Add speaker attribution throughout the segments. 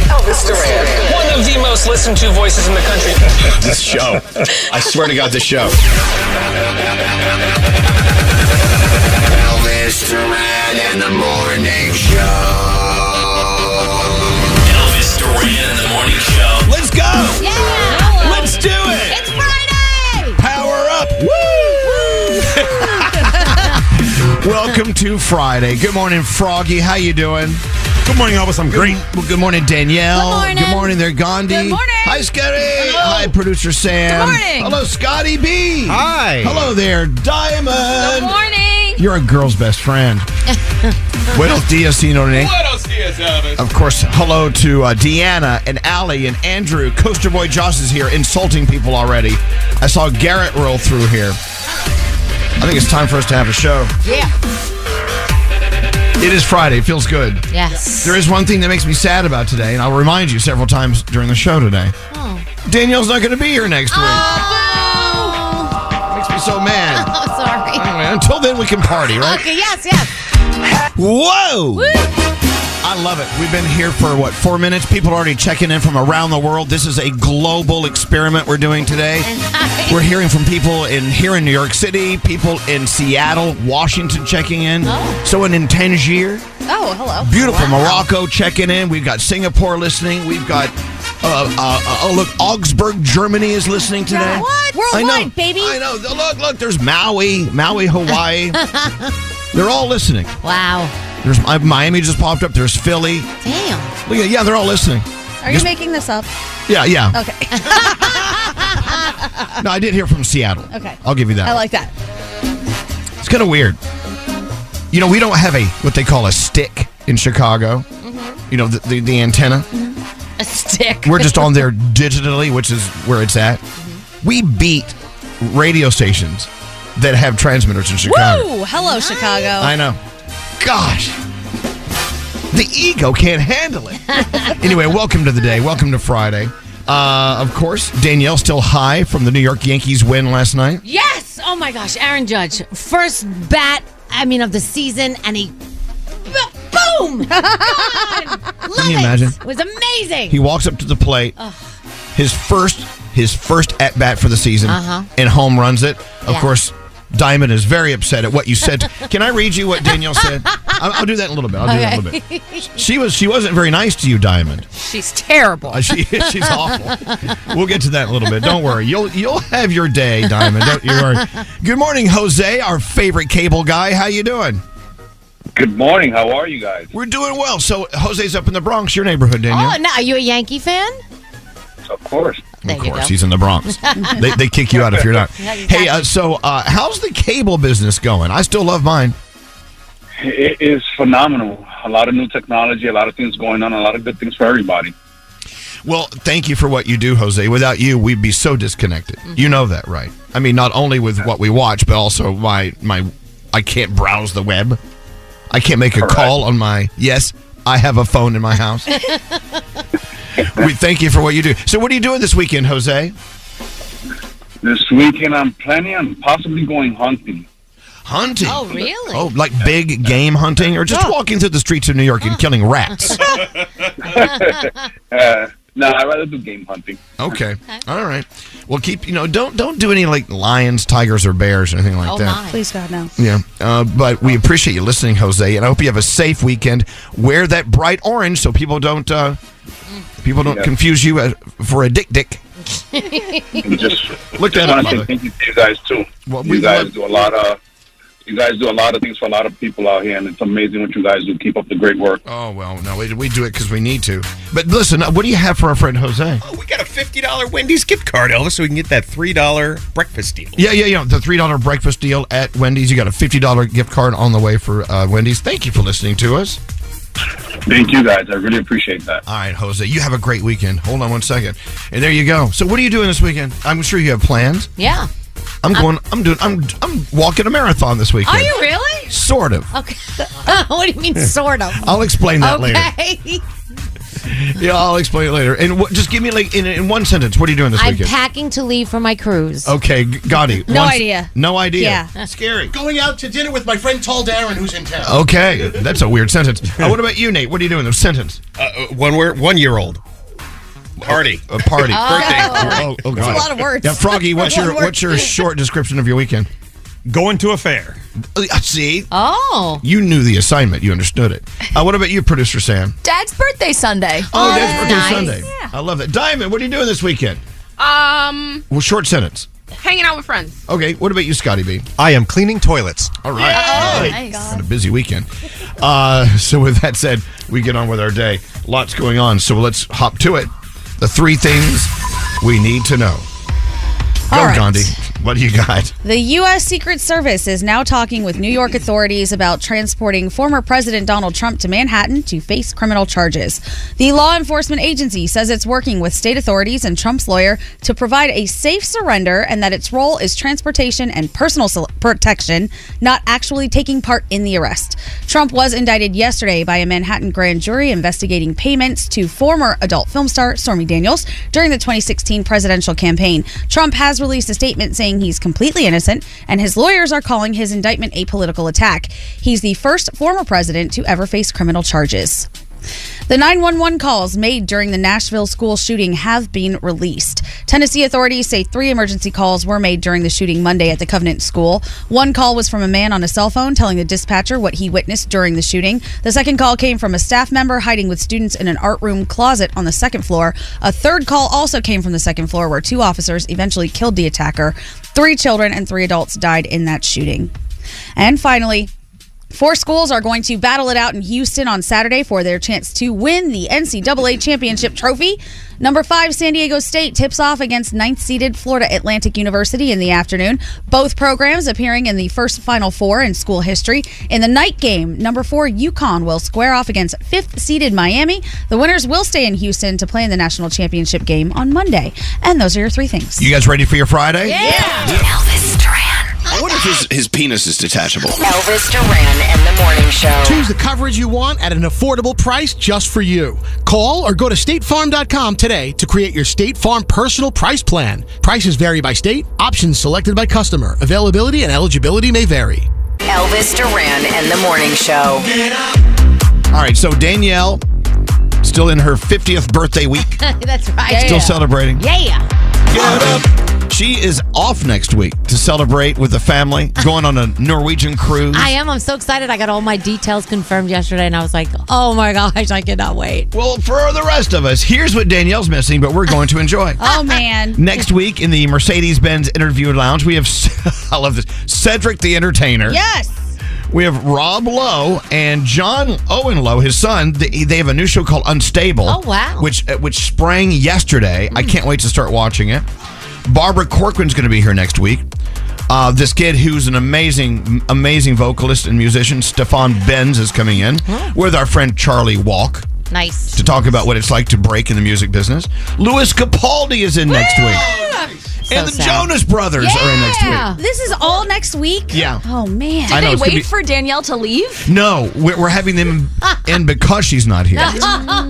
Speaker 1: One of the most listened to voices in the country.
Speaker 2: This show. I swear to God, this show.
Speaker 3: Elvis Duran and the Morning Show.
Speaker 1: Elvis Duran in the morning show.
Speaker 4: Let's go!
Speaker 5: Yeah!
Speaker 4: Let's do it!
Speaker 5: It's Friday!
Speaker 4: Power up! Woo! Welcome to Friday. Good morning, Froggy. How you doing?
Speaker 2: Good morning, Elvis. I'm great.
Speaker 4: Well, good morning, Danielle.
Speaker 5: Good morning.
Speaker 4: there, Gandhi.
Speaker 5: Good morning.
Speaker 4: Hi, Scotty. Hi, producer Sam.
Speaker 5: Good morning.
Speaker 4: Hello, Scotty B.
Speaker 2: Hi.
Speaker 4: Hello there, Diamond.
Speaker 5: Good morning!
Speaker 4: You're a girl's best friend. Buenos dias, señor. Of course, hello to uh, Deanna and Allie and Andrew. Coaster Boy Josh is here insulting people already. I saw Garrett roll through here. I think it's time for us to have a show.
Speaker 5: Yeah.
Speaker 4: It is Friday. It feels good.
Speaker 5: Yes.
Speaker 4: There is one thing that makes me sad about today, and I'll remind you several times during the show today.
Speaker 5: Oh.
Speaker 4: Danielle's not going to be here next week.
Speaker 5: Oh,
Speaker 4: Makes me so
Speaker 5: boo!
Speaker 4: mad.
Speaker 5: Oh, sorry.
Speaker 4: Anyway, until then, we can party, right?
Speaker 5: Okay, yes, yes.
Speaker 4: Whoa!
Speaker 5: Woo!
Speaker 4: I love it. We've been here for what four minutes. People are already checking in from around the world. This is a global experiment we're doing today. We're hearing from people in here in New York City, people in Seattle, Washington checking in. Someone in Tangier,
Speaker 5: Oh, hello.
Speaker 4: beautiful Morocco checking in. We've got Singapore listening. We've got uh, uh, uh, oh look, Augsburg, Germany is listening today.
Speaker 5: What?
Speaker 4: I know,
Speaker 5: Worldwide, baby.
Speaker 4: I know. Look, look. There's Maui, Maui, Hawaii. They're all listening.
Speaker 5: Wow.
Speaker 4: There's uh, Miami just popped up. There's Philly.
Speaker 5: Damn.
Speaker 4: Look at yeah, they're all listening.
Speaker 5: Are you
Speaker 4: Just- Oh.
Speaker 5: making this up?
Speaker 4: Yeah, yeah.
Speaker 5: Okay.
Speaker 4: No, I did hear from Seattle.
Speaker 5: uh, Okay.
Speaker 4: I'll give you that.
Speaker 5: I like that.
Speaker 4: It's kind of weird. You know, we don't have a what they call a stick in Chicago.
Speaker 5: Mm-hmm.
Speaker 4: You know, the the, the antenna.
Speaker 5: A stick.
Speaker 4: We're just on there
Speaker 5: Mm-hmm.
Speaker 4: digitally, which is where it's at. We beat radio stations that have transmitters in Chicago.
Speaker 5: Woo! Hello, Chicago.
Speaker 4: I know. Gosh. The ego can't handle it. anyway, welcome to the day. Welcome to Friday. Uh, of course, Danielle still high from the New York Yankees win last night.
Speaker 5: Yes. Oh my gosh, Aaron Judge, first bat. I mean, of the season, and he, boom! Gone. Love
Speaker 4: you
Speaker 5: it.
Speaker 4: imagine?
Speaker 5: It was amazing.
Speaker 4: He walks up to the plate. His first his first at bat for the season
Speaker 5: Uh-huh.
Speaker 4: and home runs it. Of
Speaker 5: Yeah.
Speaker 4: course, Diamond is very upset at what you said. Can I read you what Danielle said? I'll, I'll do that in a little bit. I'll do that in a little bit. She was she wasn't very nice to you, Diamond.
Speaker 6: She's terrible.
Speaker 4: Uh, she, she's awful. We'll get to that in a little bit. Don't worry. You'll you'll have your day, Diamond. Don't you worry. Good morning, Jose, our favorite cable guy. How you doing?
Speaker 7: Good morning. How are you guys?
Speaker 4: We're doing well. So Jose's up in the Bronx, your neighborhood, Danielle.
Speaker 5: Oh, now are you a Yankee fan?
Speaker 7: Of course.
Speaker 5: There
Speaker 4: Of
Speaker 5: you
Speaker 4: course,
Speaker 5: go.
Speaker 4: he's in the Bronx. they, they kick you out if you're not.
Speaker 5: Yeah, exactly.
Speaker 4: Hey, uh, so uh, how's the cable business going? I still love mine.
Speaker 7: It is phenomenal. A lot of new technology, a lot of things going on, a lot of good things for everybody.
Speaker 4: Well, thank you for what you do, Jose. Without you, we'd be so disconnected.
Speaker 5: Mm-hmm.
Speaker 4: You know that, right? I mean, not only with what we watch, but also my my I can't browse the web. I can't make a call on my yes. I have a phone in my house. we thank you for what you do. So, what are you doing this weekend, Jose?
Speaker 7: This weekend, I'm planning on possibly going hunting.
Speaker 4: Hunting.
Speaker 5: Oh, really?
Speaker 4: Oh, like big game hunting, or just walking through the streets of New York and killing rats?
Speaker 7: Uh, no, I'd rather do game hunting.
Speaker 4: Okay. All right. Well, keep you know don't don't do any like lions, tigers, or bears or anything like
Speaker 5: oh
Speaker 4: that.
Speaker 5: my.
Speaker 6: Please God, no.
Speaker 4: Yeah. Uh, but we appreciate you listening, Jose, and I hope you have a safe weekend. Wear that bright orange so people don't uh, people don't
Speaker 7: Yeah.
Speaker 4: confuse you uh, for a dick dick.
Speaker 7: And just
Speaker 4: Look
Speaker 7: just
Speaker 4: that up,
Speaker 7: want to
Speaker 4: mother.
Speaker 7: say thank you to you guys too.
Speaker 4: Well, we
Speaker 7: you guys
Speaker 4: love-
Speaker 7: do a lot of you guys do a lot of things for a lot of people out here, and it's amazing what you guys do. Keep up the great work.
Speaker 4: Oh well, no, we, we do it because we need to. But listen, uh, what do you have for our friend Jose?
Speaker 2: Oh, we got a $50 Wendy's gift card, Elvis, so we can get that $3 breakfast deal.
Speaker 4: Yeah, yeah, yeah. The three dollar breakfast deal at Wendy's. You got a fifty dollar gift card on the way for uh, Wendy's. Thank you for listening to us.
Speaker 7: Thank you guys. I really appreciate that.
Speaker 4: All right, Jose, you have a great weekend. Hold on one second. And there you go. So what are you doing this weekend? I'm sure you have plans.
Speaker 5: Yeah.
Speaker 4: I'm going I'm doing I'm I'm walking a marathon this weekend.
Speaker 5: Are you really?
Speaker 4: Sort of.
Speaker 5: Okay. what do you mean, sort of?
Speaker 4: I'll explain that later.
Speaker 5: okay.
Speaker 4: Yeah, I'll explain it later. And what, just give me like in, in one sentence. What are you doing this
Speaker 5: I'm
Speaker 4: weekend?
Speaker 5: packing to leave for my cruise.
Speaker 4: okay, G- Gotti.
Speaker 5: No
Speaker 4: one s-
Speaker 5: idea.
Speaker 4: No idea.
Speaker 6: Yeah.
Speaker 2: Scary. Going out to dinner with my friend Tall Darren, who's in town.
Speaker 4: Okay, that's a weird sentence. Uh, what about you, Nate? What are you doing? This sentence.
Speaker 2: Uh,
Speaker 8: Oh.
Speaker 2: one, we're, one year old. Party.
Speaker 4: A party.
Speaker 2: Birthday.
Speaker 4: Oh, oh, God.
Speaker 5: That's a lot of words.
Speaker 4: Yeah, Froggy, what's your
Speaker 5: One word.
Speaker 4: what's your short description of your weekend?
Speaker 9: Going to a fair.
Speaker 4: Uh, See,
Speaker 5: Oh.
Speaker 4: you knew the assignment. You understood it. Uh, what about you, producer Sam?
Speaker 6: Dad's birthday Sunday.
Speaker 4: Oh,
Speaker 5: Oh,
Speaker 4: that's
Speaker 5: that's
Speaker 4: birthday
Speaker 5: nice.
Speaker 4: Sunday. I love that. Diamond, what are you doing this weekend?
Speaker 6: Um,
Speaker 4: Well, short sentence.
Speaker 6: hanging out with friends.
Speaker 4: Okay, what about you, Scotty B?
Speaker 9: I am cleaning toilets.
Speaker 4: All right.
Speaker 6: Nice.
Speaker 4: Had a busy weekend. Uh, so, with that said, we get on with our day. Lots going on, so let's hop to it. The three things we need to know. Go,
Speaker 6: All right.
Speaker 4: Gandhi. What do you got?
Speaker 6: The U.S. Secret Service is now talking with New York authorities about transporting former President Donald Trump to Manhattan to face criminal charges. The law enforcement agency says it's working with state authorities and Trump's lawyer to provide a safe surrender and that its role is transportation and personal sol- protection, not actually taking part in the arrest. Trump was indicted yesterday by a Manhattan grand jury investigating payments to former adult film star Stormy Daniels during the 2016 presidential campaign. Trump has released a statement saying he's completely innocent, and his lawyers are calling his indictment a political attack. He's the first former president to ever face criminal charges. The 911 calls made during the Nashville school shooting have been released. Tennessee authorities say three emergency calls were made during the shooting Monday at the Covenant School. One call was from a man on a cell phone telling the dispatcher what he witnessed during the shooting. The second call came from a staff member hiding with students in an art room closet on the second floor. A third call also came from the second floor, where two officers eventually killed the attacker. Three children and three adults died in that shooting. And finally, Four schools are going to battle it out in Houston on Saturday for their chance to win the NCAA championship trophy. Number five, San Diego State tips off against ninth seeded Florida Atlantic University in the afternoon. Both programs appearing in the first Final Four in school history. In the night game, number four, UConn will square off against fifth seeded Miami. The winners will stay in Houston to play in the national championship game on Monday. And those are your three things.
Speaker 4: You guys ready for your Friday?
Speaker 6: yeah.
Speaker 5: Elvis Duran.
Speaker 4: I wonder if his, his penis is detachable.
Speaker 8: Elvis Duran and the Morning Show.
Speaker 10: Choose the coverage you want at an affordable price just for you. Call or go to statefarm.com today to create your State Farm personal price plan. Prices vary by state, options selected by customer, availability and eligibility may vary.
Speaker 8: Elvis Duran and the Morning Show.
Speaker 4: All right, so Danielle, still in her 50th birthday week,
Speaker 5: That's right.
Speaker 4: Still celebrating. Mm-hmm.
Speaker 5: Yeah.
Speaker 4: she is off next week to celebrate with the family, going on a Norwegian cruise.
Speaker 5: I am. I'm so excited. I got all my details confirmed yesterday, and I was like, oh my gosh, I cannot wait.
Speaker 4: Well, for the rest of us, here's what Danielle's missing, but we're going to enjoy.
Speaker 6: Oh man.
Speaker 4: Next week in the Mercedes Benz Interview Lounge, we have, I love this, Cedric the Entertainer.
Speaker 6: Yes.
Speaker 4: We have Rob Lowe and John Owen Lowe, his son. They they have a new show called Unstable.
Speaker 5: Oh, wow. Hmm.
Speaker 4: Which uh, which sprang yesterday. I can't wait to start watching it. Barbara Corcoran's going to be here next week. Uh, this kid who's an amazing, amazing vocalist and musician, Stefan Benz, is coming in
Speaker 5: Hmm.
Speaker 4: with our friend Charlie Walk
Speaker 5: Nice.
Speaker 4: to talk about what it's like to break in the music business. Louis Capaldi is in next week. and the Jonas Brothers are in next week.
Speaker 6: This is all next week.
Speaker 4: Yeah.
Speaker 6: Oh man.
Speaker 4: Did I know, they it's gonna wait be- for
Speaker 6: Danielle to leave?
Speaker 4: No, we're, we're having them in because she's not here.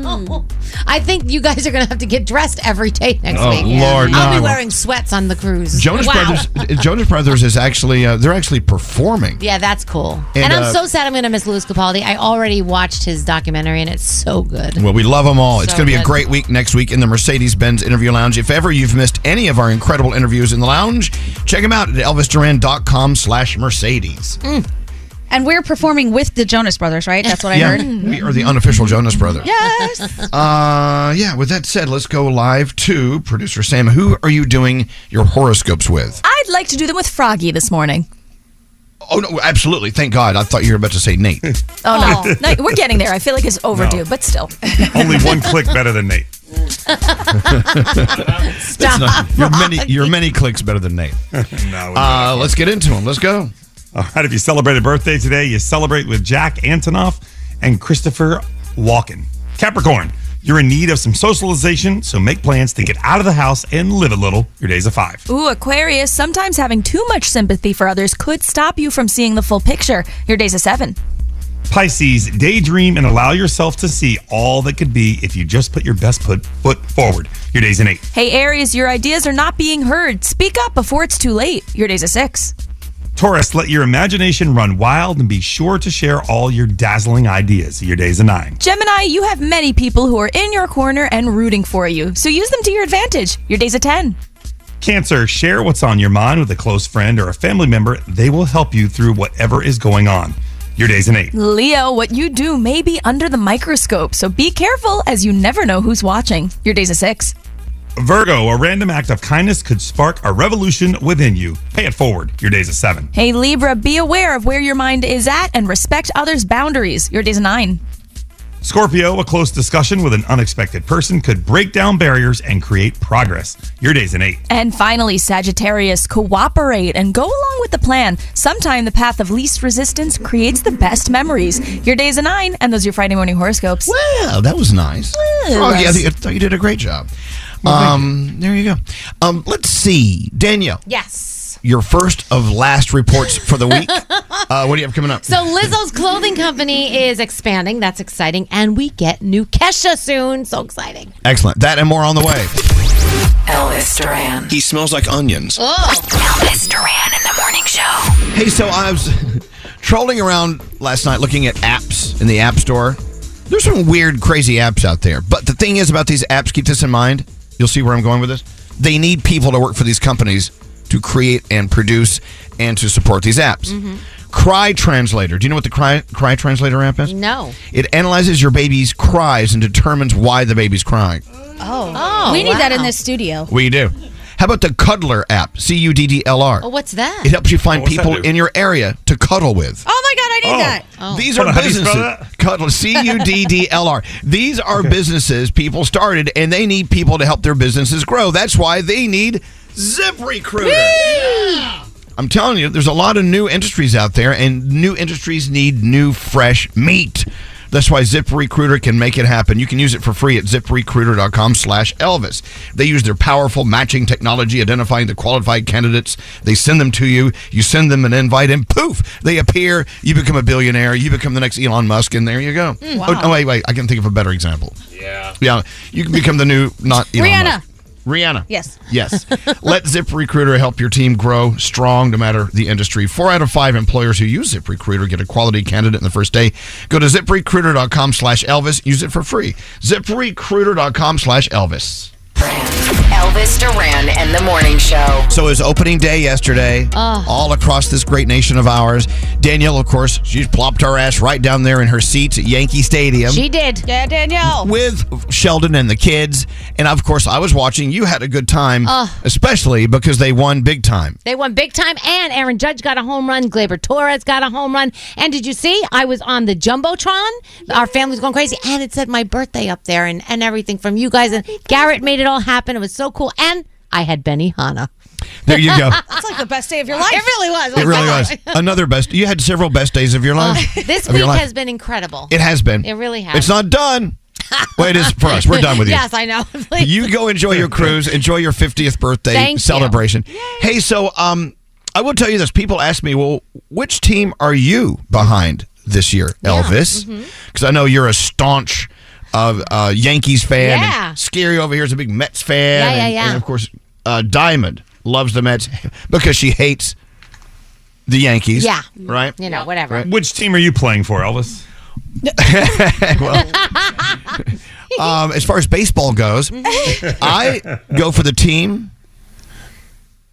Speaker 5: I think you guys are going to have to get dressed every day next
Speaker 4: Oh,
Speaker 5: week.
Speaker 4: Lord, no,
Speaker 5: I'll
Speaker 4: I
Speaker 5: be
Speaker 4: won't.
Speaker 5: wearing sweats on the cruise.
Speaker 4: Jonas
Speaker 5: Wow.
Speaker 4: Brothers. Jonas Brothers is actually uh, they're actually performing.
Speaker 5: Yeah, that's cool.
Speaker 4: And,
Speaker 5: And, I'm
Speaker 4: uh,
Speaker 5: so sad I'm going to miss Louis Capaldi. I already watched his documentary, and it's so good.
Speaker 4: Well, we love them all. it's
Speaker 5: So
Speaker 4: going to be a
Speaker 5: good.
Speaker 4: great week next week in the Mercedes Benz Interview Lounge. If ever you've missed any of our incredible interviews in the lounge, check them out at elvisduran.com slash Mercedes.
Speaker 6: And we're performing with the Jonas Brothers, right? That's what I
Speaker 4: Mm. yeah, Mm.
Speaker 6: heard.
Speaker 4: we are the unofficial Jonas Brothers.
Speaker 6: Yes.
Speaker 4: Uh, yeah, with that said, let's go live to producer Sam. Who are you doing your horoscopes with?
Speaker 11: I'd like to do them with Froggy this morning.
Speaker 4: Oh, no, absolutely. Thank God. I thought you were about to say Nate.
Speaker 11: Oh, no. no. We're getting there. I feel like it's overdue,
Speaker 9: No.
Speaker 11: but still.
Speaker 9: Only one click better than Nate.
Speaker 4: That's not- you're many you're many clicks better than Nate. uh, let's get into them. Let's go.
Speaker 9: All right. If you celebrate a birthday today, you celebrate with Jack Antonoff and Christopher Walken. Capricorn, you're in need of some socialization, so make plans to get out of the house and live a little. Your day's a five.
Speaker 11: Ooh, Aquarius, sometimes having too much sympathy for others could stop you from seeing the full picture. Your day's a seven.
Speaker 9: Pisces, daydream and allow yourself to see all that could be if you just put your best put, foot forward. Your day's an eight.
Speaker 11: Hey, Aries, your ideas are not being heard. Speak up before it's too late. Your day's a six.
Speaker 9: Taurus, let your imagination run wild and be sure to share all your dazzling ideas. Your day's a nine.
Speaker 11: Gemini, you have many people who are in your corner and rooting for you, so use them to your advantage. Your day's a 10.
Speaker 9: Cancer, share what's on your mind with a close friend or a family member. They will help you through whatever is going on. Your day's an eight.
Speaker 11: Leo, what you do may be under the microscope, so be careful as you never know who's watching. Your day's a 6.
Speaker 9: Virgo, a random act of kindness could spark a revolution within you. Pay it forward. Your day's a seven.
Speaker 11: Hey Libra, be aware of where your mind is at and respect others' boundaries. Your day's a 9.
Speaker 9: Scorpio, a close discussion with an unexpected person could break down barriers and create progress. Your day's an eight.
Speaker 11: And finally, Sagittarius, cooperate and go along with the plan. Sometime the path of least resistance creates the best memories. Your day's a 9, and those are your Friday morning horoscopes.
Speaker 4: Oh, that was nice.
Speaker 11: it
Speaker 4: Froggy, I,
Speaker 11: was.
Speaker 4: think, I thought you did a great job. um, there you go. Um, let's see, Danielle,
Speaker 5: Yes.
Speaker 4: your first of last reports for the week. uh, what do you have coming up?
Speaker 5: So Lizzo's clothing company is expanding. That's exciting. And we get new Kesha soon. So exciting.
Speaker 4: Excellent. That and more on the way.
Speaker 8: Elvis Duran.
Speaker 4: He smells like onions.
Speaker 8: Elvis Duran and the Morning Show.
Speaker 4: Hey, so I was trolling around last night looking at apps in the App Store. There's some weird, crazy apps out there. But the thing is about these apps, keep this in mind. You'll see where I'm going with this. They need people to work for these companies to create and produce and to support these apps.
Speaker 5: Mm-hmm.
Speaker 4: Cry Translator. Do you know what the Cry, Cry Translator app is?
Speaker 5: No.
Speaker 4: It analyzes your baby's cries and determines why the baby's crying.
Speaker 5: Oh.
Speaker 6: we need that in
Speaker 5: wow.
Speaker 6: this studio.
Speaker 4: What do you do? How about the Cuddler app? C U D D L R.
Speaker 5: Oh, what's that?
Speaker 4: It helps you find
Speaker 5: what's that
Speaker 4: people
Speaker 5: do?
Speaker 4: in your area to cuddle with.
Speaker 6: Oh my god, I need that.
Speaker 4: These are businesses. Cuddle, C U D D L R. These are businesses people started, and they need people to help their businesses grow. That's why they need ZipRecruiter. I'm telling you, there's a lot of new industries out there, and new industries need new, fresh meat. That's why ZipRecruiter can make it happen. You can use it for free at ziprecruiter.com slash Elvis. They use their powerful matching technology identifying the qualified candidates. They send them to you. You send them an invite and poof, they appear. You become a billionaire. You become the next Elon Musk and there you go.
Speaker 6: Mm, wow.
Speaker 4: Oh, no, wait, wait. I can think of a better example.
Speaker 6: Yeah.
Speaker 4: Yeah. You can become the new, not Elon
Speaker 6: Rihanna.
Speaker 4: Musk. Rihanna.
Speaker 6: Yes.
Speaker 4: Yes. Let ZipRecruiter help your team grow strong no matter the industry. Four out of five employers who use ZipRecruiter get a quality candidate in the first day. Go to ziprecruiter.com slash Elvis. Use it for free. ZipRecruiter.com slash Elvis.
Speaker 8: Elvis Duran and the Morning Show.
Speaker 4: So it was opening day yesterday,
Speaker 8: Ugh.
Speaker 4: all across this great nation of ours. Danielle, of course, she's plopped her ass right down there in her seats at Yankee Stadium.
Speaker 6: She did. Yeah, Danielle.
Speaker 4: with Sheldon and the kids. And of course, I was watching. You had a good time,
Speaker 5: Ugh.
Speaker 4: especially because they won big time.
Speaker 5: They won big time, and Aaron Judge got a home run. Glaber Torres got a home run. And did you see? I was on the Jumbotron. Our family's going crazy. And it said my birthday up there and, and everything from you guys. And Garrett made it all happen. It was so cool. And I had Benny Hanna.
Speaker 4: There you go.
Speaker 6: That's like the best day of your life. It
Speaker 5: really was.
Speaker 4: It really was another best. You had several best days of your life.
Speaker 5: uh, This
Speaker 4: of
Speaker 5: week
Speaker 4: your life.
Speaker 5: has been incredible.
Speaker 4: It has been.
Speaker 5: It really has.
Speaker 4: It's not done. Well, it is for us. We're done with you.
Speaker 5: yes, I know. Please.
Speaker 4: You go enjoy your cruise. Enjoy your 50th birthday
Speaker 5: Thank you.
Speaker 4: celebration. Hey, so um, I will tell you this. People ask me, well, which team are you behind this year, Elvis? Because
Speaker 5: Mm-hmm.
Speaker 4: I know you're a staunch uh, uh, Yankees fan. and
Speaker 5: Yeah.
Speaker 4: Scary over here is a big Mets fan.
Speaker 5: Yeah, yeah,
Speaker 4: and,
Speaker 5: yeah.
Speaker 4: and of course, uh, Diamond loves the Mets because she hates the Yankees.
Speaker 5: Yeah.
Speaker 4: Right?
Speaker 5: You know, whatever.
Speaker 4: Which team are you playing for, Elvis? well, um, as far as baseball goes,
Speaker 5: Mm-hmm.
Speaker 4: I go for the team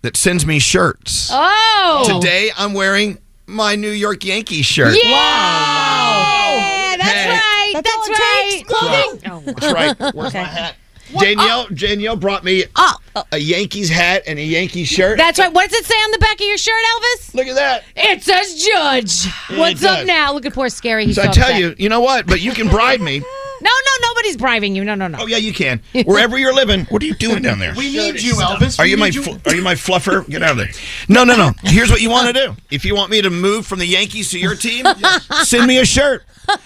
Speaker 4: that sends me shirts.
Speaker 5: Oh.
Speaker 4: Today I'm wearing my New York Yankees shirt.
Speaker 5: Yeah. Yeah, that's right. That's, right. Clothing.
Speaker 4: That's right. Where's my hat? Danielle
Speaker 5: Oh.
Speaker 4: Danielle brought me a Yankees hat and a Yankees shirt.
Speaker 5: That's right. What does it say on the back of your shirt, Elvis?
Speaker 4: Look at that.
Speaker 5: It says Judge.
Speaker 4: Yeah,
Speaker 5: What's
Speaker 4: it
Speaker 5: up
Speaker 4: does.
Speaker 5: now? Look at poor Scary. He's
Speaker 4: so I
Speaker 5: so
Speaker 4: tell
Speaker 5: upset.
Speaker 4: you, you know what? But you can bribe me.
Speaker 5: No, no, nobody's bribing you. No, no, no.
Speaker 4: Oh yeah, you can. Wherever you're living, what are you doing down there?
Speaker 5: We
Speaker 4: need
Speaker 5: you, Elvis.
Speaker 4: Are
Speaker 5: We
Speaker 4: you
Speaker 5: need
Speaker 4: my
Speaker 5: you.
Speaker 4: fl- are you my fluffer? Get out of there. No, no, no. Here's what you want to do. If you want me to move from the Yankees to your team, send me a shirt.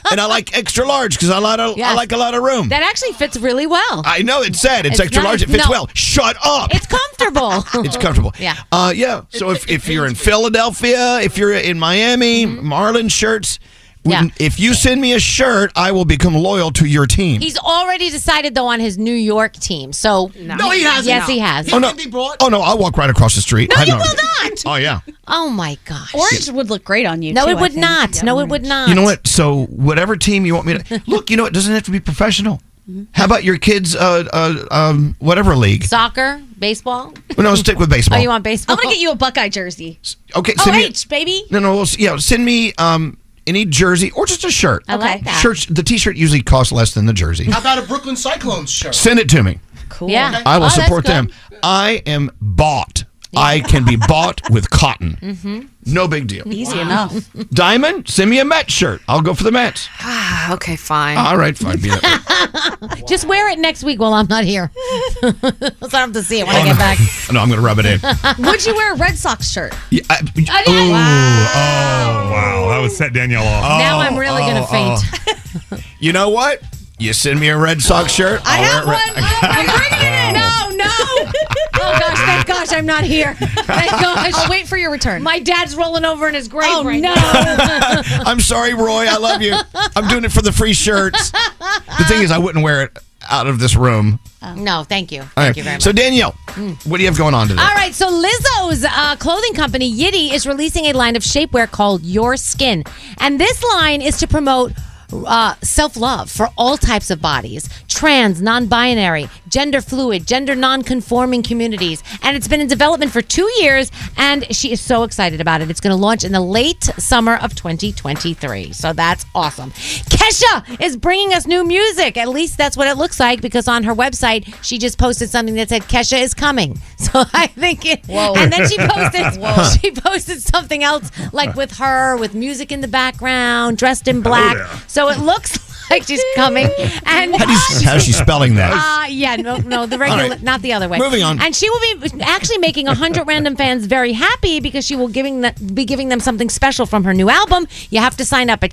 Speaker 4: And I like extra large because I like a, I
Speaker 5: Yes.
Speaker 4: like a lot of room.
Speaker 5: That actually fits really well.
Speaker 4: I know it's sad. It's,
Speaker 5: It's
Speaker 4: extra
Speaker 5: nice.
Speaker 4: large. It fits
Speaker 5: No.
Speaker 4: well. Shut up.
Speaker 5: It's comfortable.
Speaker 4: It's comfortable.
Speaker 5: Yeah.
Speaker 4: Uh, yeah. So if, if you're in Philadelphia, if you're in Miami,
Speaker 5: Mm-hmm.
Speaker 4: Marlin shirts. when- If you send me a shirt, I will become loyal to your team.
Speaker 5: He's already decided though on his New York team. So no, Yes, he has.
Speaker 4: Oh no! Oh no! I'll walk right across the street.
Speaker 5: No,
Speaker 4: I
Speaker 5: you
Speaker 4: know.
Speaker 5: will not.
Speaker 4: Oh yeah.
Speaker 5: Oh my gosh.
Speaker 6: Orange would look great on you.
Speaker 5: No,
Speaker 6: too,
Speaker 5: it
Speaker 6: I
Speaker 5: would
Speaker 6: think.
Speaker 5: not.
Speaker 6: Yeah,
Speaker 5: no, it
Speaker 6: orange.
Speaker 5: would not.
Speaker 4: You know what? So whatever team you want me to look, you know it doesn't have to be professional.
Speaker 5: Mm-hmm.
Speaker 4: How about your kids? Uh, uh, um, whatever league.
Speaker 5: Soccer, baseball.
Speaker 4: Well, no, stick with baseball.
Speaker 5: Oh, you want baseball?
Speaker 6: I'm gonna get you a Buckeye jersey.
Speaker 4: okay.
Speaker 6: Oh,
Speaker 4: Send me,
Speaker 6: H, baby.
Speaker 4: no, no. Well, s- yeah. Send me um, any jersey or just a shirt.
Speaker 6: I like that. Oh.
Speaker 4: Shirts. The T-shirt usually costs less than the jersey.
Speaker 12: How about a Brooklyn Cyclones shirt?
Speaker 4: Send it to me.
Speaker 6: Cool.
Speaker 12: Yeah.
Speaker 4: I
Speaker 10: Oh,
Speaker 4: will support them. I am bought. I can be bought with cotton.
Speaker 13: Mm-hmm.
Speaker 4: No big deal.
Speaker 13: Easy
Speaker 6: enough.
Speaker 4: Diamond, send me a Mets shirt. I'll go for the Mets.
Speaker 5: Ah, okay, fine.
Speaker 4: All right, fine. Be that way.
Speaker 5: Just wear it next week while I'm not here. so I don't have to see it when I get back.
Speaker 4: Oh, no, I'm going to rub it in.
Speaker 6: would you wear a Red Sox shirt?
Speaker 4: Yeah, I-
Speaker 9: Ooh, Oh, wow. That would set Danielle off.
Speaker 6: Now I'm really gonna
Speaker 4: faint. Oh, you know what? You send me a Red Sox shirt. I have one.
Speaker 5: No, no. oh gosh, thank gosh I'm not here. Thank gosh.
Speaker 6: I'll
Speaker 5: wait for your return. My dad's rolling over in his grave oh, right no.
Speaker 4: I'm sorry, Roy. I love you. I'm doing it for the free shirts. The thing is, I wouldn't wear it out of this room.
Speaker 5: No, thank you. Thank
Speaker 4: All right.
Speaker 5: you very much. Mm.
Speaker 4: So Danielle, what do you have going on today?
Speaker 5: All right, so Lizzo's uh, clothing company, Yiddy, is releasing a line of shapewear called Your Skin. And this line is to promote uh, self love for all types of bodies trans, non binary, gender fluid, gender non conforming communities. And it's been in development for two years, and she is so excited about it. It's going to launch in the late summer of 2023. So that's awesome. Kesha is bringing us new music. At least that's what it looks like because on her website, she just posted something that said, Kesha is coming. So I think it.
Speaker 13: Whoa.
Speaker 5: And then she posted,
Speaker 13: Whoa.
Speaker 5: she posted
Speaker 4: Oh,
Speaker 5: something else, like with her, with music in the background, dressed in black.
Speaker 13: Hello there.
Speaker 5: So it looks like she's coming. And
Speaker 4: How do you- how's she spelling that?
Speaker 5: Uh, yeah, no, no, the regular,
Speaker 4: All right.
Speaker 5: not the other way.
Speaker 4: Moving on.
Speaker 5: And she will be actually making hundred random fans very happy because she will giving the, be giving them something special from her new album. You have to sign up at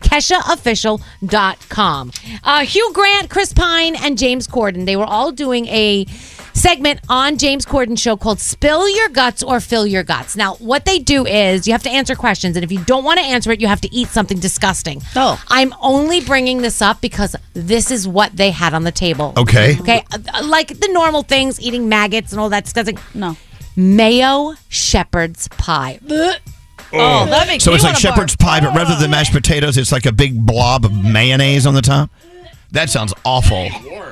Speaker 5: KeshaOfficial.com. Uh, Hugh Grant, Chris Pine, and James Corden. They were all doing a segment on James Corden show called Spill Your Guts or Fill Your Guts. Now, what they do is you have to answer questions, and if you don't want to answer it, you have to eat something disgusting. Oh. I'm only bringing this up because this is what they had on the table.
Speaker 4: Okay.
Speaker 5: Okay. uh, Like the normal things, eating maggots and all that disgusting. No. Mayo shepherd's pie. Ugh.
Speaker 6: Oh, that makes
Speaker 4: so
Speaker 6: me
Speaker 4: it's like
Speaker 6: wanna barf.
Speaker 4: shepherd's pie, but rather than mashed potatoes, it's like a big blob of mayonnaise on the top. That sounds awful.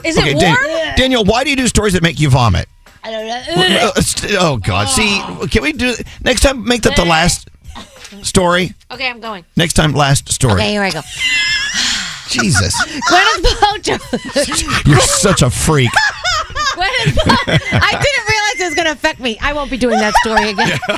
Speaker 6: Is it
Speaker 4: Dan-
Speaker 6: warm?
Speaker 4: Daniel, why do you do stories that make you vomit?
Speaker 5: I don't
Speaker 4: Uh, st- Oh God! See, can we do next time? Make that the last story.
Speaker 5: Uh. Okay, I'm going.
Speaker 4: Next time, last story.
Speaker 5: Okay, here I go.
Speaker 4: Jesus,
Speaker 5: Gwyneth Paltrow.
Speaker 4: you're such a freak.
Speaker 5: Gwyneth Paltrow. I didn't realize it was going to affect me. I won't be doing that story again.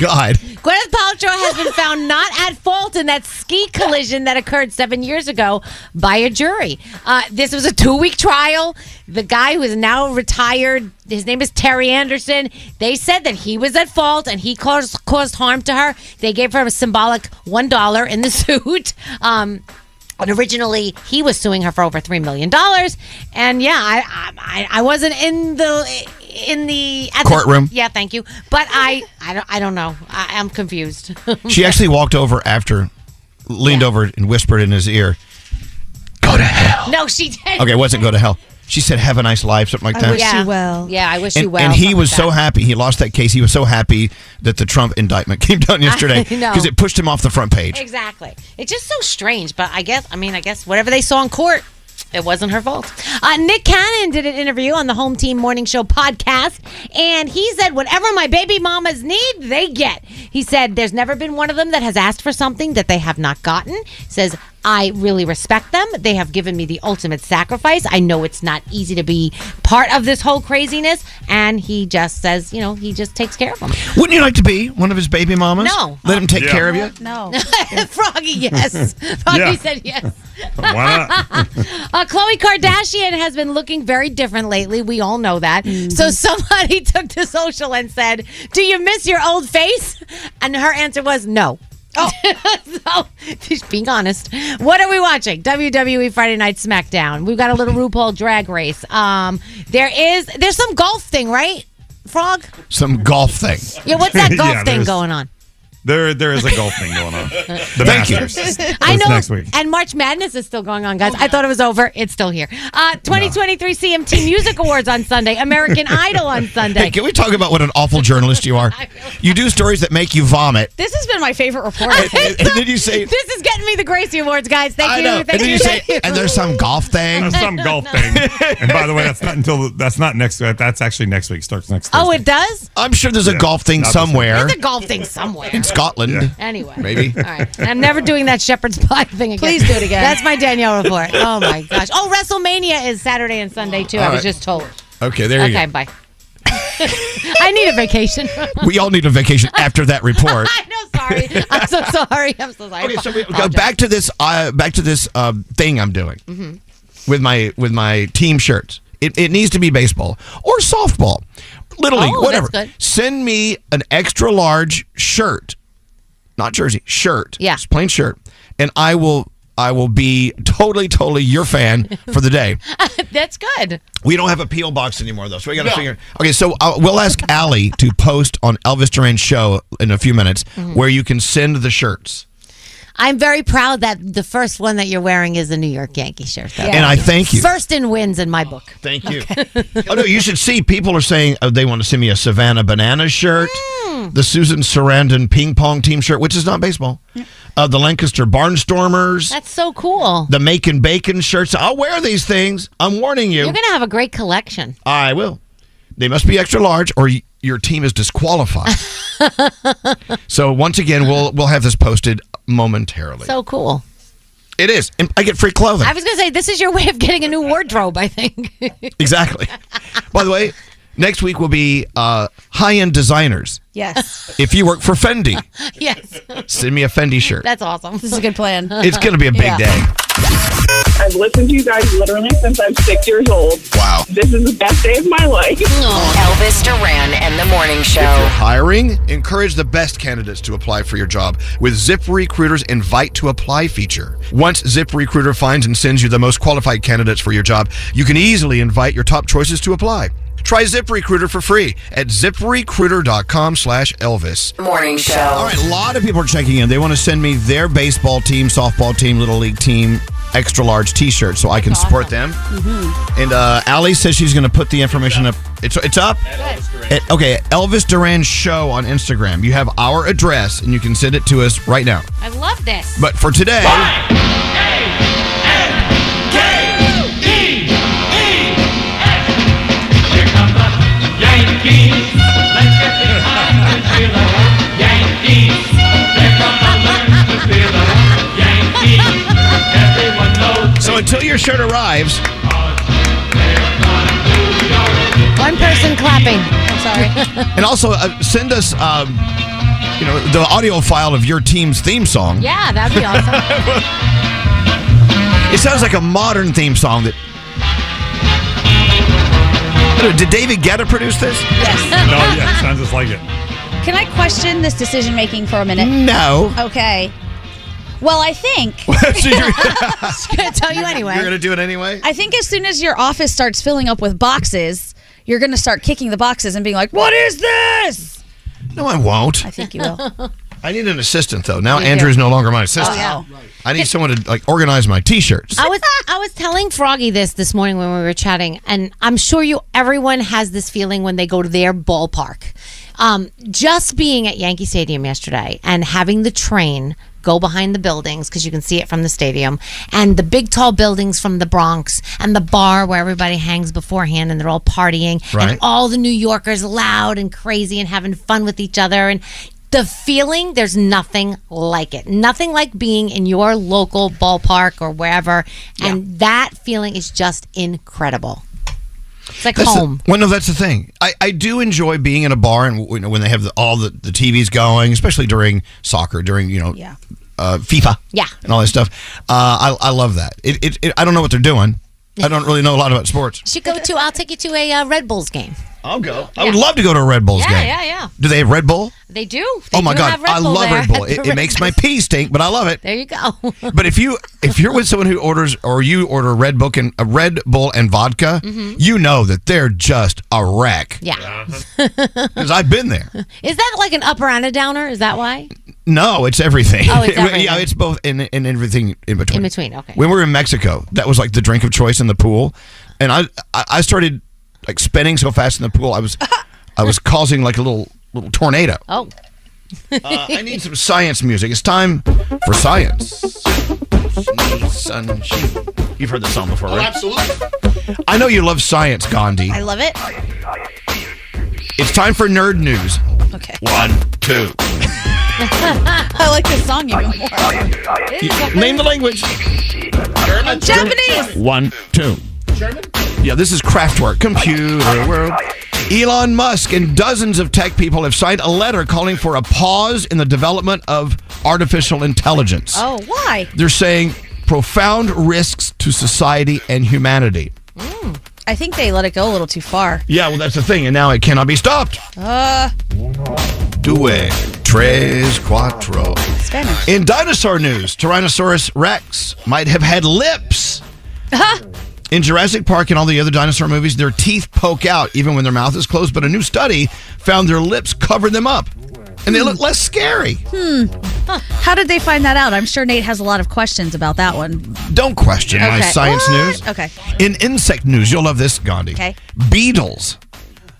Speaker 4: God.
Speaker 5: Gwyneth Paltrow has been found not at fault in that ski collision that occurred seven years ago by a jury. Uh, this was a two week trial. The guy who is now retired, his name is Terry Anderson, they said that he was at fault and he caused, caused harm to her. They gave her a symbolic $1 in the suit. Um, and originally, he was suing her for over three million dollars, and yeah, I, I I wasn't in the in the at the-
Speaker 4: Courtroom.
Speaker 5: yeah, thank you. But I, I don't, I don't know. I, I'm confused.
Speaker 4: She actually walked over after, leaned over and whispered in his ear.
Speaker 5: no, she did.
Speaker 4: Okay, it wasn't go to hell. She said, "Have a nice life," something like that.
Speaker 5: well. Yeah, I wish
Speaker 4: and,
Speaker 5: you well.
Speaker 4: and he
Speaker 5: something
Speaker 4: was
Speaker 5: like
Speaker 4: so
Speaker 5: that.
Speaker 4: happy he lost that case. He was so happy that the Trump indictment came down yesterday
Speaker 5: I know.
Speaker 4: because it pushed him off the front page.
Speaker 5: Exactly. It's just so strange, but I guess I mean I guess whatever they saw in court, it wasn't her fault. Uh, Nick Cannon did an interview on the Home Team Morning Show podcast, and he said whatever my baby mamas need, they get. He said there's never been one of them that has asked for something that they have not gotten. Says I really respect them. They have given me the ultimate sacrifice. I know it's not easy to be part of this whole craziness, and he just says, you know, he just takes care of them.
Speaker 4: Wouldn't you like to be one of his baby mamas?
Speaker 5: No.
Speaker 4: Let him take care of you.
Speaker 5: No. Froggy, yes. Froggy
Speaker 4: Yeah.
Speaker 5: said yes.
Speaker 4: Why
Speaker 5: uh, Khloe Kardashian has been looking very different lately. We all know that. So somebody took to social and said, Do you miss your old face? And her answer was no. Oh, so she's being honest. What are we watching? WWE Friday Night SmackDown. We've got a little RuPaul drag race. Um, there is there's some golf thing, right? Frog?
Speaker 4: Some golf thing.
Speaker 5: Yeah, what's that golf thing
Speaker 9: Yeah, there's-
Speaker 5: going on?
Speaker 9: There, there is a golf thing going on. The
Speaker 4: Thank you.
Speaker 9: Masters.
Speaker 5: I
Speaker 9: It's
Speaker 5: know.
Speaker 9: Next week.
Speaker 5: And March Madness is still going on, guys.
Speaker 6: Oh,
Speaker 5: I thought it was over. It's still here. Uh, 2023 CMT Music Awards on Sunday. American Idol on Sunday.
Speaker 4: Hey, can we talk about what an awful journalist you are? You do stories that make you vomit.
Speaker 5: This has been my favorite report.
Speaker 4: And then you say,
Speaker 5: this is getting me the Gracie Awards, guys. Thank
Speaker 4: I
Speaker 5: you.
Speaker 4: know.
Speaker 5: Thank
Speaker 4: and then
Speaker 5: you.
Speaker 4: you say,
Speaker 5: thank you.
Speaker 4: and there's some golf thing.
Speaker 9: There's some golf thing. And by the way, that's not until that's not next. That's actually next week. Starts next.
Speaker 5: oh, it does?
Speaker 4: I'm sure there's a
Speaker 9: Yeah,
Speaker 4: golf thing
Speaker 9: not this
Speaker 4: somewhere.
Speaker 5: There's a golf thing somewhere.
Speaker 4: In Scotland.
Speaker 5: Anyway.
Speaker 4: Maybe.
Speaker 5: All right. And I'm never doing that shepherd's pie thing again.
Speaker 6: Please do it again.
Speaker 5: That's my Danielle report. Oh, my gosh. Oh, WrestleMania is Saturday and Sunday, too. I
Speaker 4: All
Speaker 5: was
Speaker 4: right.
Speaker 5: just told.
Speaker 4: Okay, there you
Speaker 5: okay,
Speaker 4: go.
Speaker 5: bye. I need a vacation.
Speaker 4: We all need a vacation after that report.
Speaker 5: sorry. I'm so sorry. I'm so sorry.
Speaker 4: Okay, so we go back to this. Uh, back to this uh, thing I'm doing
Speaker 5: Mhm.
Speaker 4: with my with my team shirts. It, it needs to be baseball or softball, little league,
Speaker 5: Oh,
Speaker 4: whatever.
Speaker 5: that's good.
Speaker 4: Send me an extra large shirt, not jersey, shirt. Yeah, just plain shirt, and I will I will be totally totally your fan for the day.
Speaker 5: That's good.
Speaker 4: We don't have a PO box anymore though, so we got to
Speaker 5: No.
Speaker 4: figure. Okay, so uh, we'll ask Allie to post on Elvis Duran's show in a few minutes
Speaker 5: Mhm.
Speaker 4: where you can send the shirts.
Speaker 5: I'm very proud that the first one that you're wearing is a New York Yankee shirt. though.
Speaker 4: And I thank you.
Speaker 5: First in wins in my book.
Speaker 4: Thank you. oh no, you should see. People are saying oh, they want to send me a Savannah Banana shirt,
Speaker 5: Hmm.
Speaker 4: the Susan Sarandon ping pong team shirt, which is not baseball. Uh, the Lancaster Barnstormers,
Speaker 5: That's so cool.
Speaker 4: the Macon Bacon shirts. I'll wear these things. I'm warning you.
Speaker 5: You're going to have a great collection.
Speaker 4: I will. They must be extra large, or y- your team is disqualified. so once again, we'll we'll have this posted momentarily.
Speaker 5: So cool.
Speaker 4: It is. And I get free clothing.
Speaker 5: I was going to say, this is your way of getting a new wardrobe, I think.
Speaker 4: exactly. By the way, next week will be uh, high end designers.
Speaker 5: yes.
Speaker 4: If you work for Fendi,
Speaker 5: Yes.
Speaker 4: send me a Fendi shirt.
Speaker 5: That's awesome. This is a good plan.
Speaker 4: It's going to be a big day.
Speaker 13: I've listened to you guys literally since I'm six years old.
Speaker 4: Wow.
Speaker 13: This is the best day of my life.
Speaker 8: Elvis Duran and the Morning
Speaker 4: If you're
Speaker 8: Show.
Speaker 4: hiring, encourage the best candidates to apply for your job with ZipRecruiter's invite to apply feature. Once ZipRecruiter finds and sends you the most qualified candidates for your job, you can easily invite your top choices to apply. Try ZipRecruiter for free at ziprecruiter.com slash Elvis.
Speaker 8: Morning Show.
Speaker 4: All right, a lot of people are checking in. They want to send me their baseball team, softball team, little league team, extra large T-shirts so I can support them. And uh, Allie says she's going to put the information up. It's it's up. At- okay, Elvis Duran Show on Instagram. You have our address, and you can send it to us right now.
Speaker 5: I love this.
Speaker 4: But for today, so until your shirt arrives,
Speaker 5: One person clapping. I'm sorry.
Speaker 4: and also uh, send us, um, you know, the audio file of your team's theme song.
Speaker 5: yeah, that'd be awesome.
Speaker 4: It sounds like a modern theme song that. I don't know, Did David Guetta produce this?
Speaker 6: Yes.
Speaker 9: No, yeah, sounds just like it.
Speaker 6: Can I question this decision making for a minute?
Speaker 4: No.
Speaker 6: Okay. Well, I think.
Speaker 4: so you're,
Speaker 6: gonna tell you anyway.
Speaker 4: You're gonna do it anyway.
Speaker 6: I think as soon as your office starts filling up with boxes, you're gonna start kicking the boxes and being like, "What is this?"
Speaker 4: No, I won't.
Speaker 6: I think you will.
Speaker 4: I need an assistant though. Now
Speaker 6: You do.
Speaker 4: Andrew's no longer my assistant.
Speaker 5: Oh, yeah.
Speaker 4: I need someone to like organize my T-shirts.
Speaker 5: I was I was telling Froggy this this morning when we were chatting, and I'm sure you everyone has this feeling when they go to their ballpark. Um, just being at Yankee Stadium yesterday and having the train go behind the buildings because you can see it from the stadium and the big tall buildings from the Bronx and the bar where everybody hangs beforehand and they're all partying
Speaker 14: Right.
Speaker 5: and all the New Yorkers loud and crazy and having fun with each other and the feeling there's nothing like it nothing like being in your local ballpark or wherever and that feeling is just incredible it's like
Speaker 4: That's the-
Speaker 5: home
Speaker 4: well, no, that's the thing. I, I do enjoy being in a bar and you know, when they have the, all the, the TVs going, especially during soccer, during you know, uh, FIFA,
Speaker 5: Yeah.
Speaker 4: and all that stuff. Uh, I, I love that. It, it, it I don't know what they're doing. I don't really know a lot about sports.
Speaker 5: should go to i'll take you to a uh, red bulls game
Speaker 4: I'll go. I would love to go to a Red Bulls
Speaker 5: yeah
Speaker 4: game.
Speaker 5: yeah yeah
Speaker 4: Do they have Red Bull?
Speaker 5: they do They
Speaker 4: oh my
Speaker 5: do
Speaker 4: god,
Speaker 5: have Red
Speaker 4: I
Speaker 5: Bull
Speaker 4: love
Speaker 5: there
Speaker 4: Red Bull.
Speaker 5: at
Speaker 4: It,
Speaker 5: the
Speaker 4: it makes my pee stink, but I love it.
Speaker 5: there you go
Speaker 4: But if you if you're with someone who orders or you order Red Book and a Red Bull and vodka,
Speaker 5: Mhm.
Speaker 4: you know that they're just a wreck.
Speaker 5: yeah
Speaker 4: Because I've been there.
Speaker 5: is that like an upper and a downer is that why
Speaker 4: No, it's everything.
Speaker 5: Oh, it's everything.
Speaker 4: yeah, it's both and and everything in between.
Speaker 5: in between okay
Speaker 4: When we were in Mexico, that was like the drink of choice in the pool, and I I I started like spinning so fast in the pool, I was I was causing like a little little tornado.
Speaker 5: oh
Speaker 4: Uh, I need some science music. It's time for science. Sun, You've heard this song before, right?
Speaker 10: absolutely.
Speaker 4: I know you love science, Gandhi.
Speaker 6: I love it.
Speaker 4: It's time for nerd news.
Speaker 6: Okay.
Speaker 4: One, two.
Speaker 6: I like this song even more.
Speaker 4: Name the language.
Speaker 6: German. Japanese.
Speaker 4: One, two. Yeah, this is Kraftwerk, Computer World. Elon Musk and dozens of tech people have signed a letter calling for a pause in the development of artificial intelligence.
Speaker 6: Oh, why?
Speaker 4: They're saying profound risks to society and humanity.
Speaker 6: I think they let it go a little too far.
Speaker 4: Yeah, well, that's the thing, and now it cannot be stopped.
Speaker 6: Uh,
Speaker 4: Due, tres, cuatro.
Speaker 6: Spanish.
Speaker 4: In dinosaur news, Tyrannosaurus rex might have had lips. In Jurassic Park and all the other dinosaur movies, their teeth poke out even when their mouth is closed, but a new study found their lips cover them up. And they look less scary.
Speaker 6: Hmm. How did they find that out? I'm sure Nate has a lot of questions about that one.
Speaker 4: Don't question my
Speaker 6: Okay.
Speaker 4: science
Speaker 6: What?
Speaker 4: news.
Speaker 6: Okay.
Speaker 4: In insect news, you'll love this, Gandhi.
Speaker 6: Okay.
Speaker 4: Beetles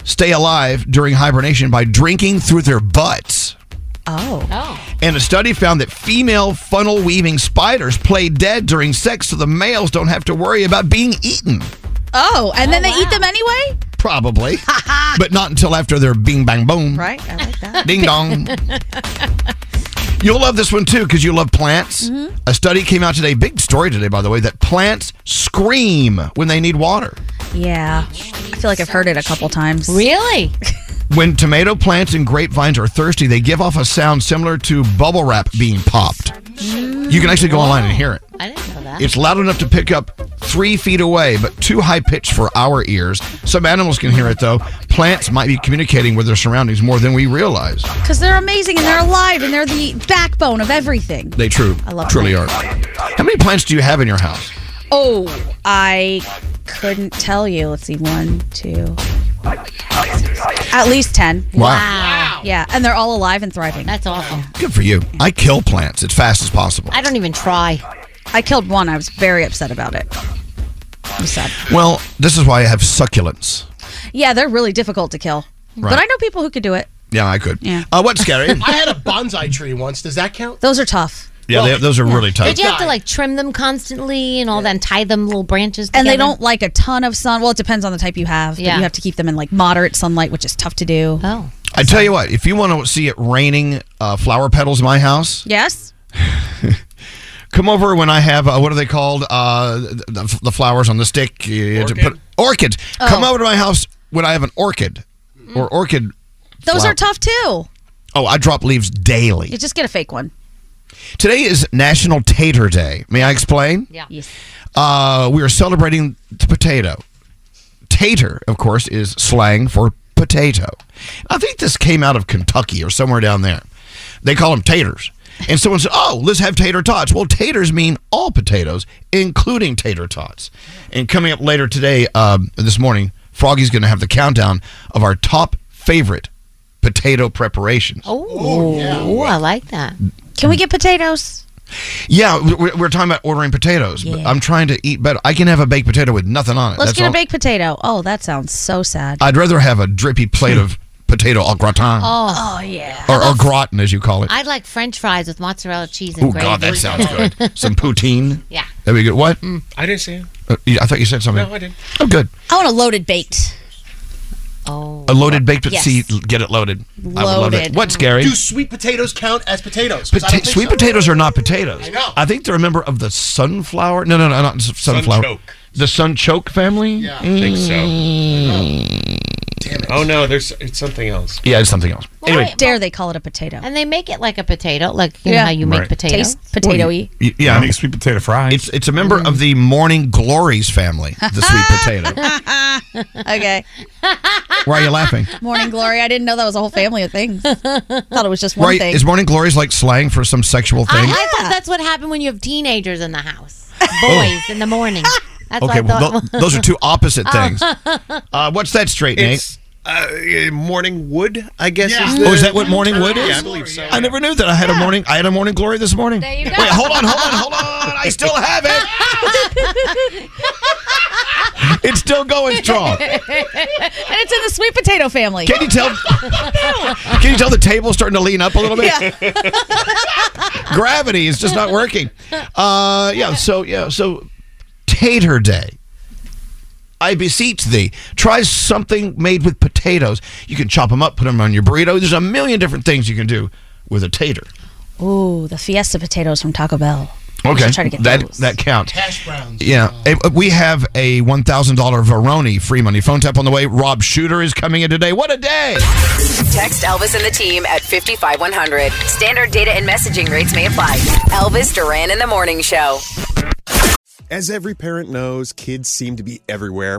Speaker 4: stay alive during hibernation by drinking through their butts.
Speaker 6: Oh.
Speaker 4: And a study found that female funnel weaving spiders play dead during sex so the males don't have to worry about being eaten.
Speaker 6: Oh, and then they eat them anyway?
Speaker 4: Probably. but not until after their bing bang boom.
Speaker 6: Right? I like that.
Speaker 4: Ding dong. You'll love this one too because you love plants.
Speaker 6: Mm-hmm.
Speaker 4: A study came out today, big story today, by the way, that plants scream when they need water.
Speaker 6: yeah. I feel like I've heard it a couple times.
Speaker 5: Really?
Speaker 4: When tomato plants and grapevines are thirsty, they give off a sound similar to bubble wrap being popped. You can actually go online and hear it.
Speaker 5: i didn't know that that.
Speaker 4: It's loud enough to pick up three feet away, but too high pitched for our ears. Some animals can hear it, though. Plants might be communicating with their surroundings more than we realize.
Speaker 6: Because they're amazing and they're alive and they're the backbone of everything.
Speaker 4: They true,
Speaker 6: I love
Speaker 4: truly are. How many plants do you have in your house?
Speaker 6: Oh, I couldn't tell you. Let's see. One, two. At least 10.
Speaker 4: Wow.
Speaker 6: Yeah, and they're all alive and thriving.
Speaker 5: That's awful.
Speaker 4: Good for you. I kill plants as fast as possible.
Speaker 6: I don't even try. I killed one. I was very upset about it. I'm sad.
Speaker 4: Well, this is why I have succulents.
Speaker 6: Yeah, they're really difficult to kill.
Speaker 4: Right.
Speaker 6: But I know people who could do it.
Speaker 4: Yeah, I could. Uh, what's scary?
Speaker 12: I had a bonsai tree once. Does that count?
Speaker 6: Those are tough.
Speaker 4: yeah, they, those are really tough.
Speaker 5: Did you have to like trim them constantly and all that, and tie them little branches?
Speaker 6: And they
Speaker 5: together?
Speaker 6: don't like a ton of sun. Well, it depends on the type you have. But
Speaker 5: Yeah.
Speaker 6: you have to keep them in like moderate sunlight, which is tough to do.
Speaker 5: Oh.
Speaker 4: I tell you what, if you want to see it raining uh, flower petals in my house,
Speaker 6: Yes?
Speaker 4: come over when I have uh, what are they called? Uh, the, the flowers on the stick. uh, To put, orchids. Come
Speaker 6: Oh.
Speaker 4: over to my house when I have an orchid or orchid.
Speaker 6: Those
Speaker 4: flower-
Speaker 6: are tough too.
Speaker 4: Oh, I drop leaves daily.
Speaker 6: You just get a fake one.
Speaker 4: Today is National Tater Day. May I explain?
Speaker 6: Yeah. Yes.
Speaker 4: Uh, we are celebrating the potato. Tater, of course, is slang for potato. I think this came out of Kentucky or somewhere down there. They call them taters. And someone said, Oh, let's have tater tots. Well, taters mean all potatoes, including tater tots. And coming up later today, um, this morning, Froggy's going to have the countdown of our top favorite potato preparations.
Speaker 5: Oh, Ooh, I like that.
Speaker 6: Can we get potatoes?
Speaker 4: Yeah, we- we're, we're talking about ordering potatoes. but I'm trying to eat better. I can have a baked potato with nothing on it.
Speaker 6: Let's
Speaker 4: That's
Speaker 6: get
Speaker 4: all-
Speaker 6: a baked potato. Oh, that sounds so sad.
Speaker 4: I'd rather have a drippy plate of potato au gratin
Speaker 5: Oh,
Speaker 6: yeah.
Speaker 4: Uh-huh. or au gratin, as you call it.
Speaker 5: I'd like French fries with mozzarella cheese and
Speaker 4: Oh
Speaker 5: gravy.
Speaker 4: God, that sounds good. Some poutine.
Speaker 5: Yeah.
Speaker 4: That'd be good. What?
Speaker 2: I didn't see it.
Speaker 4: Uh, yeah, I thought you said something.
Speaker 2: didn't.
Speaker 4: Oh, good.
Speaker 6: I want a loated baked.
Speaker 4: A loaded baked potato.
Speaker 12: Yes.
Speaker 4: See, get it loaded. I would love it.
Speaker 12: Loaded.
Speaker 4: What's Gary?
Speaker 12: Do sweet potatoes count as potatoes? 'Cause I don't
Speaker 4: Pota-
Speaker 12: think
Speaker 4: sweet
Speaker 12: so.
Speaker 4: potatoes are not potatoes.
Speaker 12: I know.
Speaker 4: think they're a member of the sunflower. No, no, no, not s- sunflower.
Speaker 2: Sunchoke.
Speaker 4: The sunchoke family. Mm.
Speaker 2: Yeah. I think so.
Speaker 4: Damn
Speaker 2: Oh no, there's it's something else.
Speaker 4: Yeah, it's something else.
Speaker 5: Well,
Speaker 4: Anyway.
Speaker 5: I-
Speaker 6: Dare they call it a potato?
Speaker 5: And they make it like a potato, like you know
Speaker 6: Yeah.
Speaker 5: how you make
Speaker 4: Right.
Speaker 5: potato.
Speaker 6: Taste potatoey.
Speaker 4: Y- Yeah, I make sweet potato fries. It's it's a member of the Morning Glories family, the sweet potato.
Speaker 6: okay.
Speaker 4: Why are you laughing?
Speaker 6: Morning glory. I didn't know that was a whole family of things. Thought it was just one
Speaker 4: Why
Speaker 6: thing.
Speaker 4: is Morning Glories like slang for some sexual
Speaker 5: I,
Speaker 4: thing?
Speaker 5: I thought that's what happened when you have teenagers in the house,
Speaker 6: Oh.
Speaker 5: boys in the morning. That's
Speaker 4: okay,
Speaker 5: what I
Speaker 4: well,
Speaker 5: thought.
Speaker 4: tho- those are two opposite things.
Speaker 5: Oh.
Speaker 4: Uh, what's that straight,
Speaker 2: It's uh, uh, morning wood, I guess. Is the,
Speaker 4: Oh, is that what morning wood is?
Speaker 2: Yeah, I believe so.
Speaker 4: I never knew that. I had a morning. I had a morning glory this morning. There you go. Wait, hold on, hold on, hold on. I still have it. It's still going strong.
Speaker 6: and it's in the sweet potato family.
Speaker 4: Can you tell- Can you tell the table's starting to lean up a little bit? Gravity is just not working. Uh, yeah. So yeah. So Tater Day. I beseech thee, try something made with potatoes. You can chop them up, put them on your burrito. There's a million different things you can do with a tater.
Speaker 6: Ooh, the fiesta potatoes from Taco Bell. We
Speaker 4: Okay,
Speaker 6: should Try to get
Speaker 4: that
Speaker 6: those.
Speaker 4: that counts.
Speaker 12: Hash browns.
Speaker 4: Yeah, Eh, we have a one thousand dollar Veroni free money phone tap on the way. Rob Shooter is coming in today. What a day!
Speaker 8: Text Elvis and the team at 55100. Standard data and messaging rates may apply. Elvis Duran in the Morning Show.
Speaker 15: As every parent knows, kids seem to be everywhere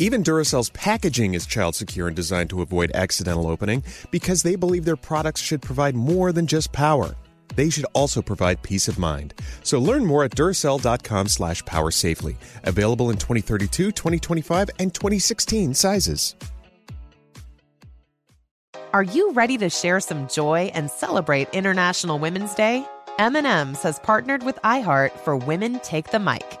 Speaker 15: Even Duracell's packaging is child secure and designed to avoid accidental opening because they believe their products should provide more than just power. They should also provide peace of mind. So learn more at Duracell.com slash power safely. Available in 2032, 2025, and 2016 sizes.
Speaker 16: Are you ready to share some joy and celebrate International Women's Day? M&M's has partnered with iHeart for Women Take the Mic,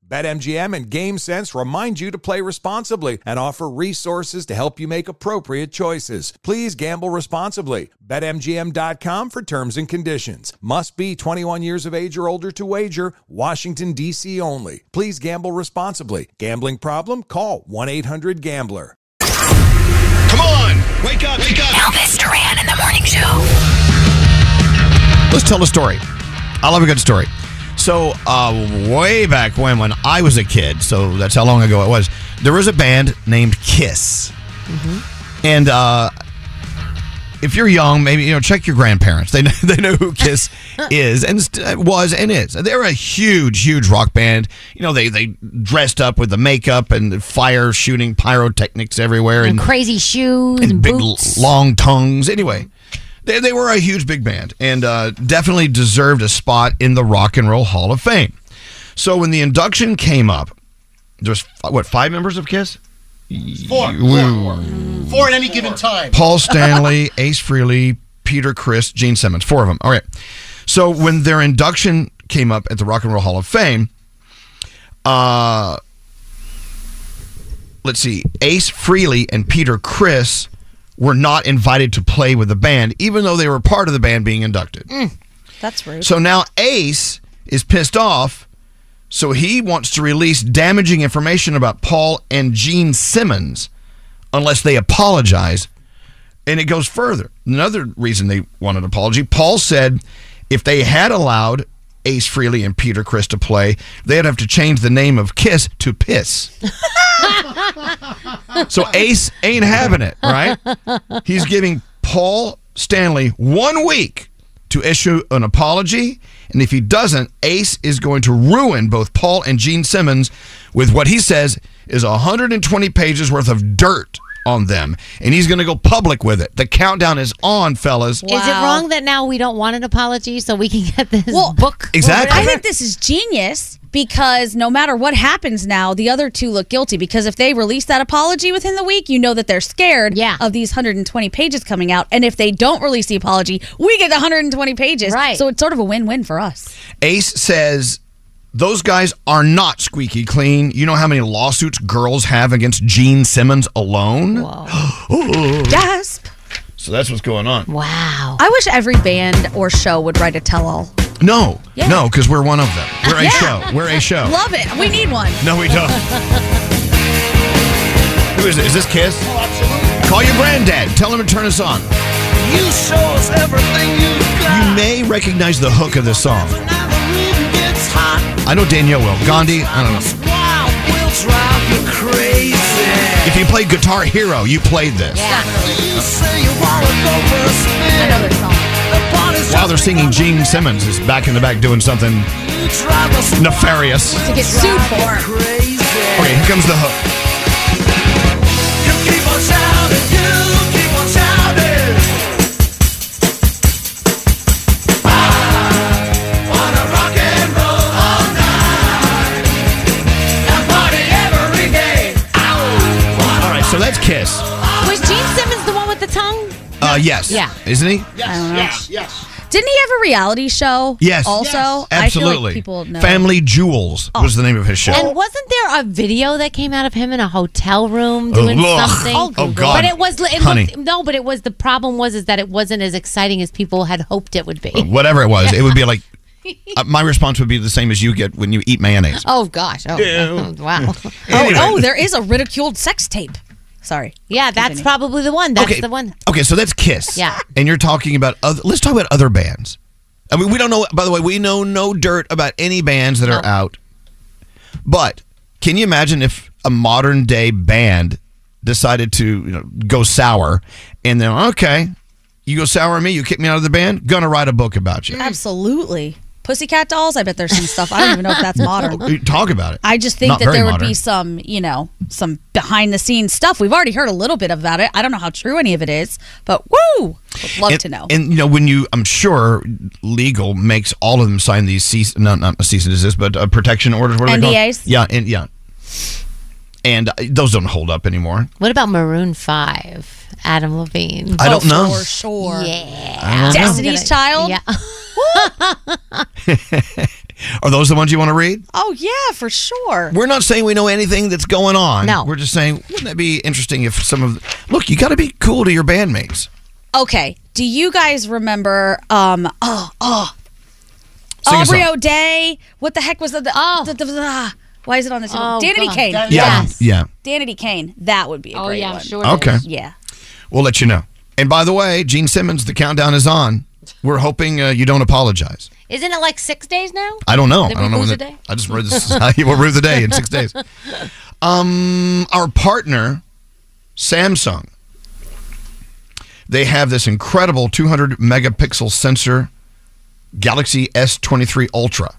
Speaker 17: BetMGM and GameSense remind you to play responsibly and offer resources to help you make appropriate choices. Please gamble responsibly. BetMGM.com for terms and conditions. Must be 21 years of age or older to wager. Washington, D.C. only. Please gamble responsibly. Gambling problem? Call 1 800 Gambler.
Speaker 3: Come on! Wake up! Wake up! Elvis Duran in the morning show.
Speaker 4: Let's tell a story. I love a good story. So, uh, way back when, when I was a kid, so that's how long ago it was, there was a band named Kiss.
Speaker 3: Mm-hmm.
Speaker 4: And uh, if you're young, maybe you know, check your grandparents. They know, they know who Kiss is and st- was and is. They're a huge, huge rock band. You know, they they dressed up with the makeup and the fire shooting pyrotechnics everywhere
Speaker 5: And
Speaker 4: and
Speaker 5: crazy shoes and,
Speaker 4: big l-
Speaker 5: boots.
Speaker 4: long tongues. Anyway, they, they were a huge big band and uh, definitely deserved a spot in the Rock and Roll Hall of Fame. So when the induction came up, there's what five members of Kiss?
Speaker 12: Four.
Speaker 4: Woo.
Speaker 12: Four at any given time.
Speaker 4: Paul Stanley, Ace Frehley, Peter Chris, Gene Simmons, four of them. All right. So when their induction came up at the Rock and Roll Hall of Fame, uh, let's see, Ace Frehley and Peter Chris were not invited to play with the band, even though they were part of the band being inducted.
Speaker 3: Mm.
Speaker 6: That's rude.
Speaker 4: So now Ace is pissed off, so he wants to release damaging information about Paul and Gene Simmons unless they apologize. And it goes further. Another reason they want an apology Paul said if they had allowed Ace Frehley and Peter Chris to play, they'd have to change the name of Kiss to Piss. So Ace ain't having it, right? He's giving Paul Stanley one week to issue an apology. And if he doesn't, Ace is going to ruin both Paul and Gene Simmons with what he says is 120 pages worth of dirt on them. And he's going to go public with it. The countdown is on, fellas.
Speaker 5: Is it wrong that now we don't want an apology so we can get this book?
Speaker 4: Exactly.
Speaker 6: I think this is genius because no matter what happens now, the other two look guilty because if they release that apology within the week, you know that they're scared of these 120 pages coming out. And if they don't release the apology, we get the 120 pages. Right. So it's sort of a win win for us.
Speaker 4: Ace says those guys are not squeaky clean. You know how many lawsuits girls have against Gene Simmons alone? Ooh.
Speaker 6: Gasp.
Speaker 4: So that's what's going on.
Speaker 5: Wow.
Speaker 6: I wish every band or show would write a tell all.
Speaker 4: No, no, because we're one of them. We're a
Speaker 6: Yeah.
Speaker 4: show. We're a show.
Speaker 6: Love it. We need one.
Speaker 4: No, we don't. Who is it? Is this Kiss?
Speaker 3: Oh,
Speaker 4: Call your granddad. Tell him to turn us on.
Speaker 3: You show us everything you
Speaker 4: You may recognize the hook of this song.
Speaker 3: got.
Speaker 4: I know Danielle will. Gandhi, I don't know.
Speaker 3: Wow, We'll drive you crazy.
Speaker 4: If you played Guitar Hero, you played this.
Speaker 3: You say you wanna go for a spin. Another song. The party's
Speaker 4: While they're singing, Gene Simmons is back in the back doing something
Speaker 3: you drive us
Speaker 4: nefarious.
Speaker 3: to get sued for. Crazy.
Speaker 4: Okay, here comes the hook.
Speaker 3: You keep on shouting, you keep on shouting. I wanna rock and roll all night and party every day. I
Speaker 4: All right, so that's Kiss.
Speaker 5: Was Gene Simmons the one with the tongue?
Speaker 4: Uh, yes.
Speaker 6: Yeah.
Speaker 4: Isn't he?
Speaker 6: I don't know. Didn't he have a reality show?
Speaker 4: Yes.
Speaker 6: Also, I feel
Speaker 4: Absolutely.
Speaker 6: like people know. Oh.
Speaker 4: Family Jewels was the name of his show.
Speaker 5: And wasn't there a video that came out of him in a hotel room doing
Speaker 4: ugh.
Speaker 5: something?
Speaker 4: Oh, Oh, God.
Speaker 5: But it was it
Speaker 4: Honey.
Speaker 5: looked, no, but it was the problem was is that it wasn't as exciting as people had hoped it would be.
Speaker 4: Whatever it was, it would be like uh, my response would be the same as you get when you eat mayonnaise.
Speaker 5: Oh gosh! Oh
Speaker 4: Yeah.
Speaker 5: wow!
Speaker 4: Anyway.
Speaker 6: Oh, oh, there is a ridiculed sex tape. Sorry.
Speaker 5: Yeah, that's probably the one. That's
Speaker 4: Okay.
Speaker 5: the one.
Speaker 4: Okay, so that's Kiss.
Speaker 5: Yeah.
Speaker 4: And you're talking about other. Let's talk about other bands. I mean, we don't know. By the way, we know no dirt about any bands that are out. But can you imagine if a modern day band decided to you know go sour, and then okay, you go sour on me, you kick me out of the band, gonna write a book about you.
Speaker 6: Absolutely. Pussycat dolls. I bet there's some stuff. I don't even know if that's modern.
Speaker 4: Talk about it.
Speaker 6: I just think
Speaker 4: Not
Speaker 6: that
Speaker 4: very
Speaker 6: there would
Speaker 4: modern.
Speaker 6: be some, you know, some behind the scenes stuff. We've already heard a little bit about it. I don't know how true any of it is, but woo! Would love
Speaker 4: and,
Speaker 6: to know.
Speaker 4: And you know, when you, I'm sure legal makes all of them sign these cease, no, not a cease and desist, but uh, protection orders. What are
Speaker 5: NDAs?
Speaker 4: they called? Yeah, and yeah, and uh, those don't hold up anymore.
Speaker 5: What about Maroon Five? Adam Levine.
Speaker 4: I don't Oh, know. for
Speaker 6: sure.
Speaker 5: Yeah.
Speaker 4: I don't know.
Speaker 6: Destiny's Child.
Speaker 5: Yeah.
Speaker 4: Are those the ones you want to read?
Speaker 6: Oh yeah, for sure.
Speaker 4: We're not saying we know anything that's going on.
Speaker 6: No.
Speaker 4: we're just saying wouldn't that be interesting if some of look, you got to be cool to your bandmates.
Speaker 6: Okay. Do you guys remember? Um. Oh. Oh.
Speaker 4: Sing a
Speaker 6: Aubrey
Speaker 4: song.
Speaker 6: O'Day. What the heck was the? the oh. why is it on this?
Speaker 5: Oh,
Speaker 6: Danity
Speaker 5: God.
Speaker 6: Kane.
Speaker 4: Yeah, yeah.
Speaker 6: Danity Kane. That would be a
Speaker 5: Oh,
Speaker 6: great
Speaker 5: yeah, I'm
Speaker 6: one.
Speaker 5: sure
Speaker 4: Okay.
Speaker 6: Yeah.
Speaker 4: We'll let you know. And by the way, Gene Simmons, the countdown is on. We're hoping uh, you don't apologize.
Speaker 5: Isn't it like six days now?
Speaker 4: I don't know.
Speaker 5: Did
Speaker 4: I
Speaker 5: we
Speaker 4: don't know
Speaker 5: lose
Speaker 4: when
Speaker 5: a
Speaker 4: the-
Speaker 5: day?
Speaker 4: I just read this. we'll rue the day in six days. Um, our partner, Samsung, they have this incredible 200 megapixel sensor, Galaxy S23 Ultra.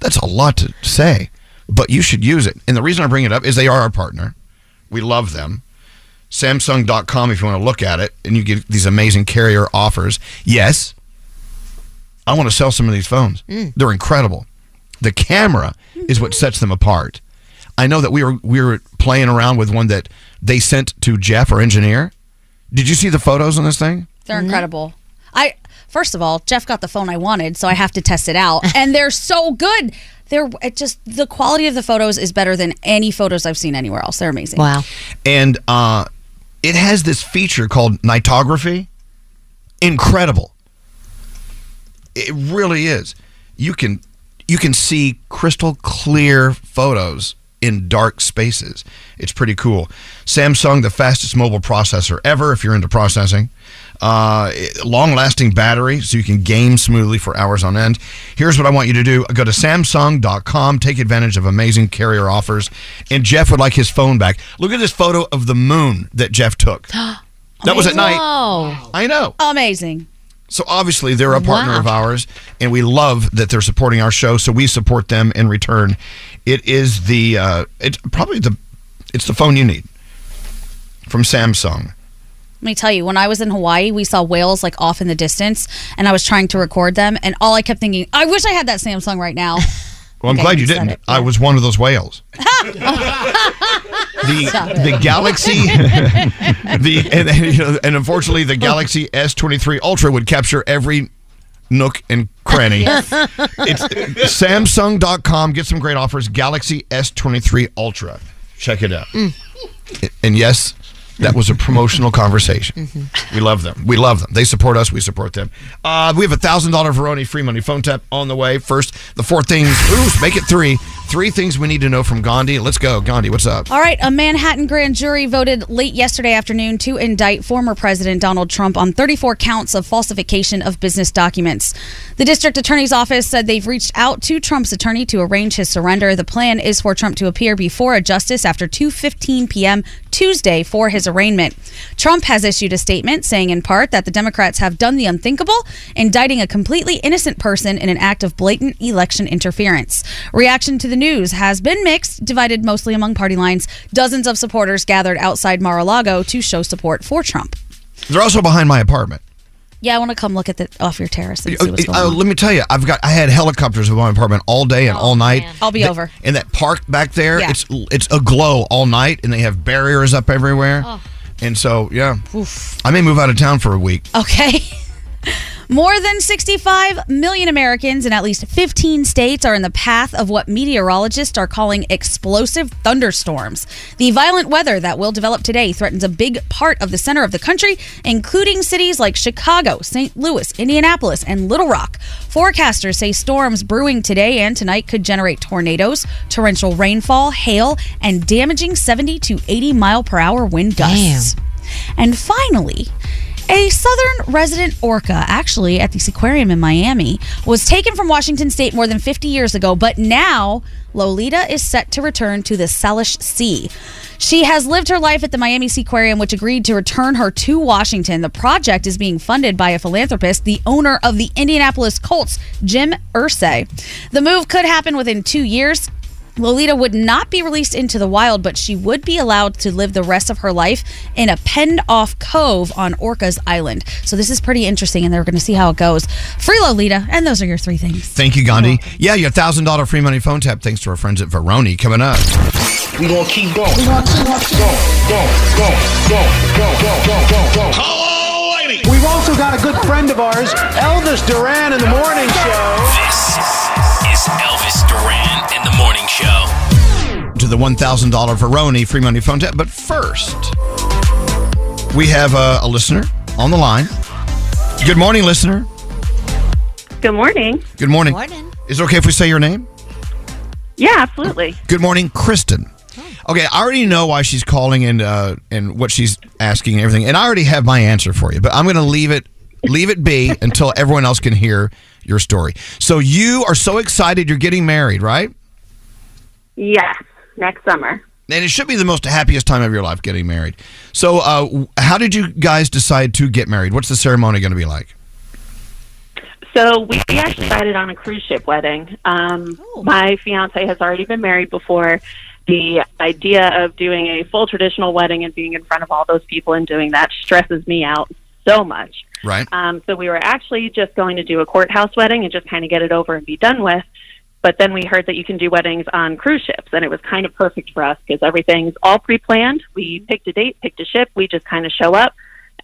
Speaker 4: That's a lot to say, but you should use it. And the reason I bring it up is they are our partner. We love them. Samsung.com, if you want to look at it, and you get these amazing carrier offers. Yes, I want to sell some of these phones.
Speaker 3: Mm.
Speaker 4: They're incredible. The camera is what sets them apart. I know that we were we were playing around with one that they sent to Jeff, our engineer. Did you see the photos on this thing?
Speaker 6: They're incredible. I first of all, Jeff got the phone I wanted, so I have to test it out, and they're so good. They're it just the quality of the photos is better than any photos I've seen anywhere else. They're amazing.
Speaker 4: And uh, it has this feature called nightography. Incredible. It really is. You can you can see crystal clear photos in dark spaces. It's pretty cool. Samsung, the fastest mobile processor ever, if you're into processing. Uh, long lasting battery, so you can game smoothly for hours on end. Here's what I want you to do go to Samsung.com, take advantage of amazing carrier offers. And Jeff would like his phone back. Look at this photo of the moon that Jeff took. that was at night.
Speaker 5: Whoa.
Speaker 4: I know.
Speaker 6: Amazing.
Speaker 4: So obviously they're a partner
Speaker 5: Wow.
Speaker 4: of ours, and we love that they're supporting our show. So we support them in return. It is the uh, it's probably the it's the phone you need from Samsung.
Speaker 6: Let me tell you, when I was in Hawaii, we saw whales like off in the distance, and I was trying to record them, and all I kept thinking, I wish I had that Samsung right now.
Speaker 4: Well, I'm
Speaker 6: Okay,
Speaker 4: glad you
Speaker 6: said
Speaker 4: didn't.
Speaker 6: it.
Speaker 4: I was one of those whales.
Speaker 6: Stop
Speaker 4: the
Speaker 6: it.
Speaker 4: the Galaxy, the and, and, you know, and unfortunately the Galaxy S23 Ultra would capture every nook and cranny. it's Samsung.com. Get some great offers. Galaxy S23 Ultra. Check it out. And yes, that was a promotional conversation. We love them. We love them. They support us. We support them. Uh, we have a thousand dollar Veroni free money phone tap on the way. First, the four things. Ooh, make it three. Three things we need to know from Gandhi. Let's go. Gandhi, what's up?
Speaker 6: All right, a Manhattan grand jury voted late yesterday afternoon to indict former President Donald Trump on 34 counts of falsification of business documents. The district attorney's office said they've reached out to Trump's attorney to arrange his surrender. The plan is for Trump to appear before a justice after 2:15 p.m. Tuesday for his arraignment. Trump has issued a statement saying in part that the Democrats have done the unthinkable, indicting a completely innocent person in an act of blatant election interference. Reaction to the news has been mixed, divided mostly among party lines. Dozens of supporters gathered outside Mar-a-Lago to show support for Trump.
Speaker 4: They're also behind my apartment.
Speaker 6: Yeah, I want to come look at the off your terrace and
Speaker 4: Uh,
Speaker 6: see what's going
Speaker 4: uh,
Speaker 6: on.
Speaker 4: let me tell you, I've got I had helicopters in my apartment all day and all night.
Speaker 6: Oh, I'll be
Speaker 4: Th-
Speaker 6: over.
Speaker 4: In that park back there,
Speaker 6: Yeah.
Speaker 4: it's it's aglow all night, and they have barriers up everywhere.
Speaker 6: Oh.
Speaker 4: And so, yeah,
Speaker 6: Oof.
Speaker 4: I may move out of town for a week.
Speaker 6: Okay. More than 65 million Americans in at least 15 states are in the path of what meteorologists are calling explosive thunderstorms. The violent weather that will develop today threatens a big part of the center of the country, including cities like Chicago, St. Louis, Indianapolis, and Little Rock. Forecasters say storms brewing today and tonight could generate tornadoes, torrential rainfall, hail, and damaging 70 to 80 mile per hour wind gusts. And finally, a southern resident orca, actually at the Seaquarium in Miami, was taken from Washington state more than 50 years ago, but now Lolita is set to return to the Salish Sea. She has lived her life at the Miami Seaquarium, which agreed to return her to Washington. The project is being funded by a philanthropist, the owner of the Indianapolis Colts, Jim Ursay. The move could happen within two years. Lolita would not be released into the wild, but she would be allowed to live the rest of her life in a penned off cove on Orcas Island. So this is pretty interesting, and they're going to see how it goes. Free Lolita, and those are your three things.
Speaker 4: Thank you, Gandhi. Yeah, your thousand dollar free money phone tap. Thanks to our friends at Veroni. Coming up.
Speaker 3: We gonna keep going. We gonna keep going, going, going, going, going, going, going, going, going. Hello, lady.
Speaker 14: We've also got a good friend of ours, Elvis Duran, in the morning show.
Speaker 18: This is Elvis Duran and the Morning Show.
Speaker 4: to the $1,000 Veroni free money phone tap. But first, we have a, a listener on the line. Good morning, listener.
Speaker 13: Good morning.
Speaker 4: Good morning.
Speaker 13: Morning.
Speaker 4: Is it okay if we say your name?
Speaker 13: Yeah, absolutely.
Speaker 4: Good morning, Kristen. Okay, I already know why she's calling and uh, and what she's asking and everything, and I already have my answer for you. But I'm going to leave it leave it be until everyone else can hear your story. So you are so excited you're getting married, right?
Speaker 13: Yes, next summer.
Speaker 4: And it should be the most happiest time of your life getting married. So, uh, w- how did you guys decide to get married? What's the ceremony going to be like?
Speaker 13: So we actually decided on a cruise ship wedding. Um, My fiance has already been married before. The idea of doing a full traditional wedding and being in front of all those people and doing that stresses me out so much.
Speaker 4: Right.
Speaker 13: Um, so we were actually just going to do a courthouse wedding and just kind of get it over and be done with. But then we heard that you can do weddings on cruise ships, and it was kind of perfect for us because everything's all pre planned. We picked a date, picked a ship, we just kind of show up,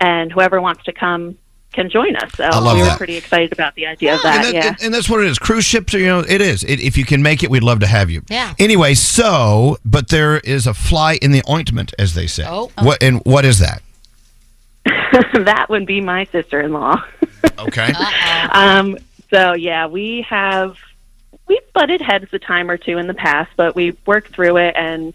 Speaker 13: and whoever wants to come can join us. So
Speaker 4: I love
Speaker 13: we were
Speaker 4: that.
Speaker 13: pretty excited about the idea of that.
Speaker 4: and,
Speaker 13: yeah.
Speaker 4: and that's what it is. Cruise ships are, you know, it is. It, if you can make it, we'd love to have you.
Speaker 13: Yeah.
Speaker 4: Anyway, so, but there is a fly in the ointment, as they say.
Speaker 13: Oh.
Speaker 4: What, and what is that?
Speaker 13: that would be my sister in law.
Speaker 4: Okay.
Speaker 13: Um, so yeah, we have we've butted heads a time or two in the past, but we worked through it and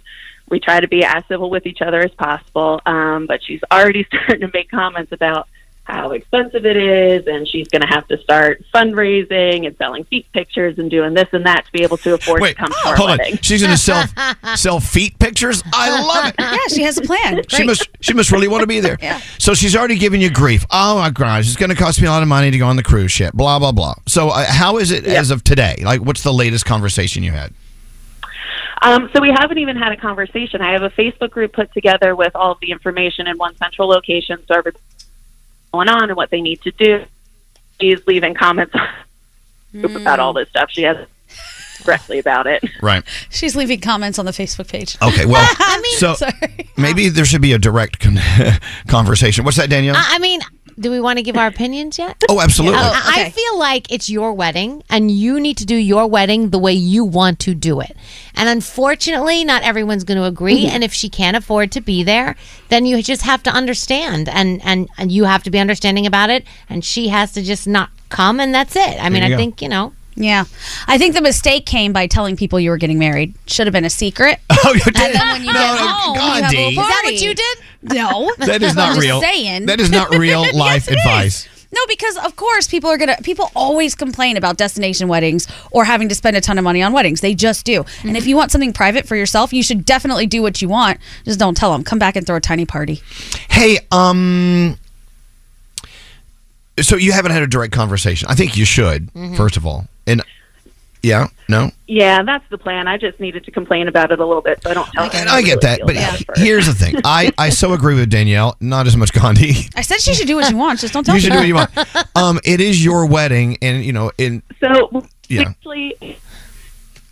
Speaker 13: we try to be as civil with each other as possible. Um, but she's already starting to make comments about how expensive it is, and she's going to have to start fundraising and selling feet pictures and doing this and that to be able to afford to come to our
Speaker 4: Hold
Speaker 13: wedding.
Speaker 4: on. She's going to sell sell feet pictures. I love it.
Speaker 6: Yeah, she has a plan.
Speaker 4: She
Speaker 6: Great.
Speaker 4: must she must really want to be there. So she's already giving you grief. Oh my gosh, it's going to cost me a lot of money to go on the cruise ship. Blah blah blah. So uh, how is it as of today? Like, what's the latest conversation you had?
Speaker 13: Um, so we haven't even had a conversation. I have a Facebook group put together with all of the information in one central location, so everybody's going on and what they need to do. She's leaving comments on the group about all this stuff. She has directly about it.
Speaker 4: Right.
Speaker 6: She's leaving comments on the Facebook page.
Speaker 4: Okay. Well,
Speaker 6: I mean,
Speaker 4: so
Speaker 6: sorry.
Speaker 4: maybe there should be a direct con- conversation. What's that, Danielle?
Speaker 6: Uh,
Speaker 5: I, I mean, do we want to give our opinions yet?
Speaker 4: Oh, absolutely.
Speaker 5: I- I, feel like it's your wedding, and you need to do your wedding the way you want to do it. And unfortunately, not everyone's going to agree.
Speaker 4: Mm-hmm.
Speaker 6: Mhm.
Speaker 5: And if she can't afford to be there, then you just have to understand, and and and you have to be understanding about it. And she has to just not come, and that's it. I
Speaker 4: There
Speaker 5: mean,
Speaker 4: you
Speaker 5: I
Speaker 4: go.
Speaker 5: think you know.
Speaker 6: Yeah. I think the mistake came by telling people you were getting married. Should have been a secret.
Speaker 4: Oh, you
Speaker 6: And then when you get home, you have a
Speaker 4: Gandhi.
Speaker 6: little
Speaker 4: Is
Speaker 5: that
Speaker 6: party.
Speaker 5: what you did?
Speaker 6: No.
Speaker 4: That is not
Speaker 6: I'm just
Speaker 4: real.
Speaker 6: saying.
Speaker 4: That is not real life
Speaker 6: it is.
Speaker 4: advice.
Speaker 6: No, because of course people are gonna. People always complain about destination weddings or having to spend a ton of money on weddings. They just do. And
Speaker 4: Mm-hmm.
Speaker 6: if you want something private for yourself, you should definitely do what you want. Just don't tell them. Come back and throw a tiny party.
Speaker 4: Hey, um,
Speaker 6: uh,
Speaker 4: so you haven't had a direct conversation. I think you should,
Speaker 6: Mm-hmm.
Speaker 13: Mhm.
Speaker 4: first of all. And yeah, no,
Speaker 13: Yeah, that's the plan. I just needed to complain about it a little bit, so I don't tell. them
Speaker 4: I get
Speaker 13: really
Speaker 4: that.
Speaker 13: feel
Speaker 4: But
Speaker 13: bad
Speaker 4: he-
Speaker 13: for it.
Speaker 4: here's the thing: I I so agree with Danielle. Not as much Gandhi.
Speaker 6: I said she should do what she wants. Just don't tell.
Speaker 4: You should do what you
Speaker 6: people.
Speaker 4: want. Um, it is your wedding, and you know, in
Speaker 13: So
Speaker 4: Yeah.
Speaker 13: actually,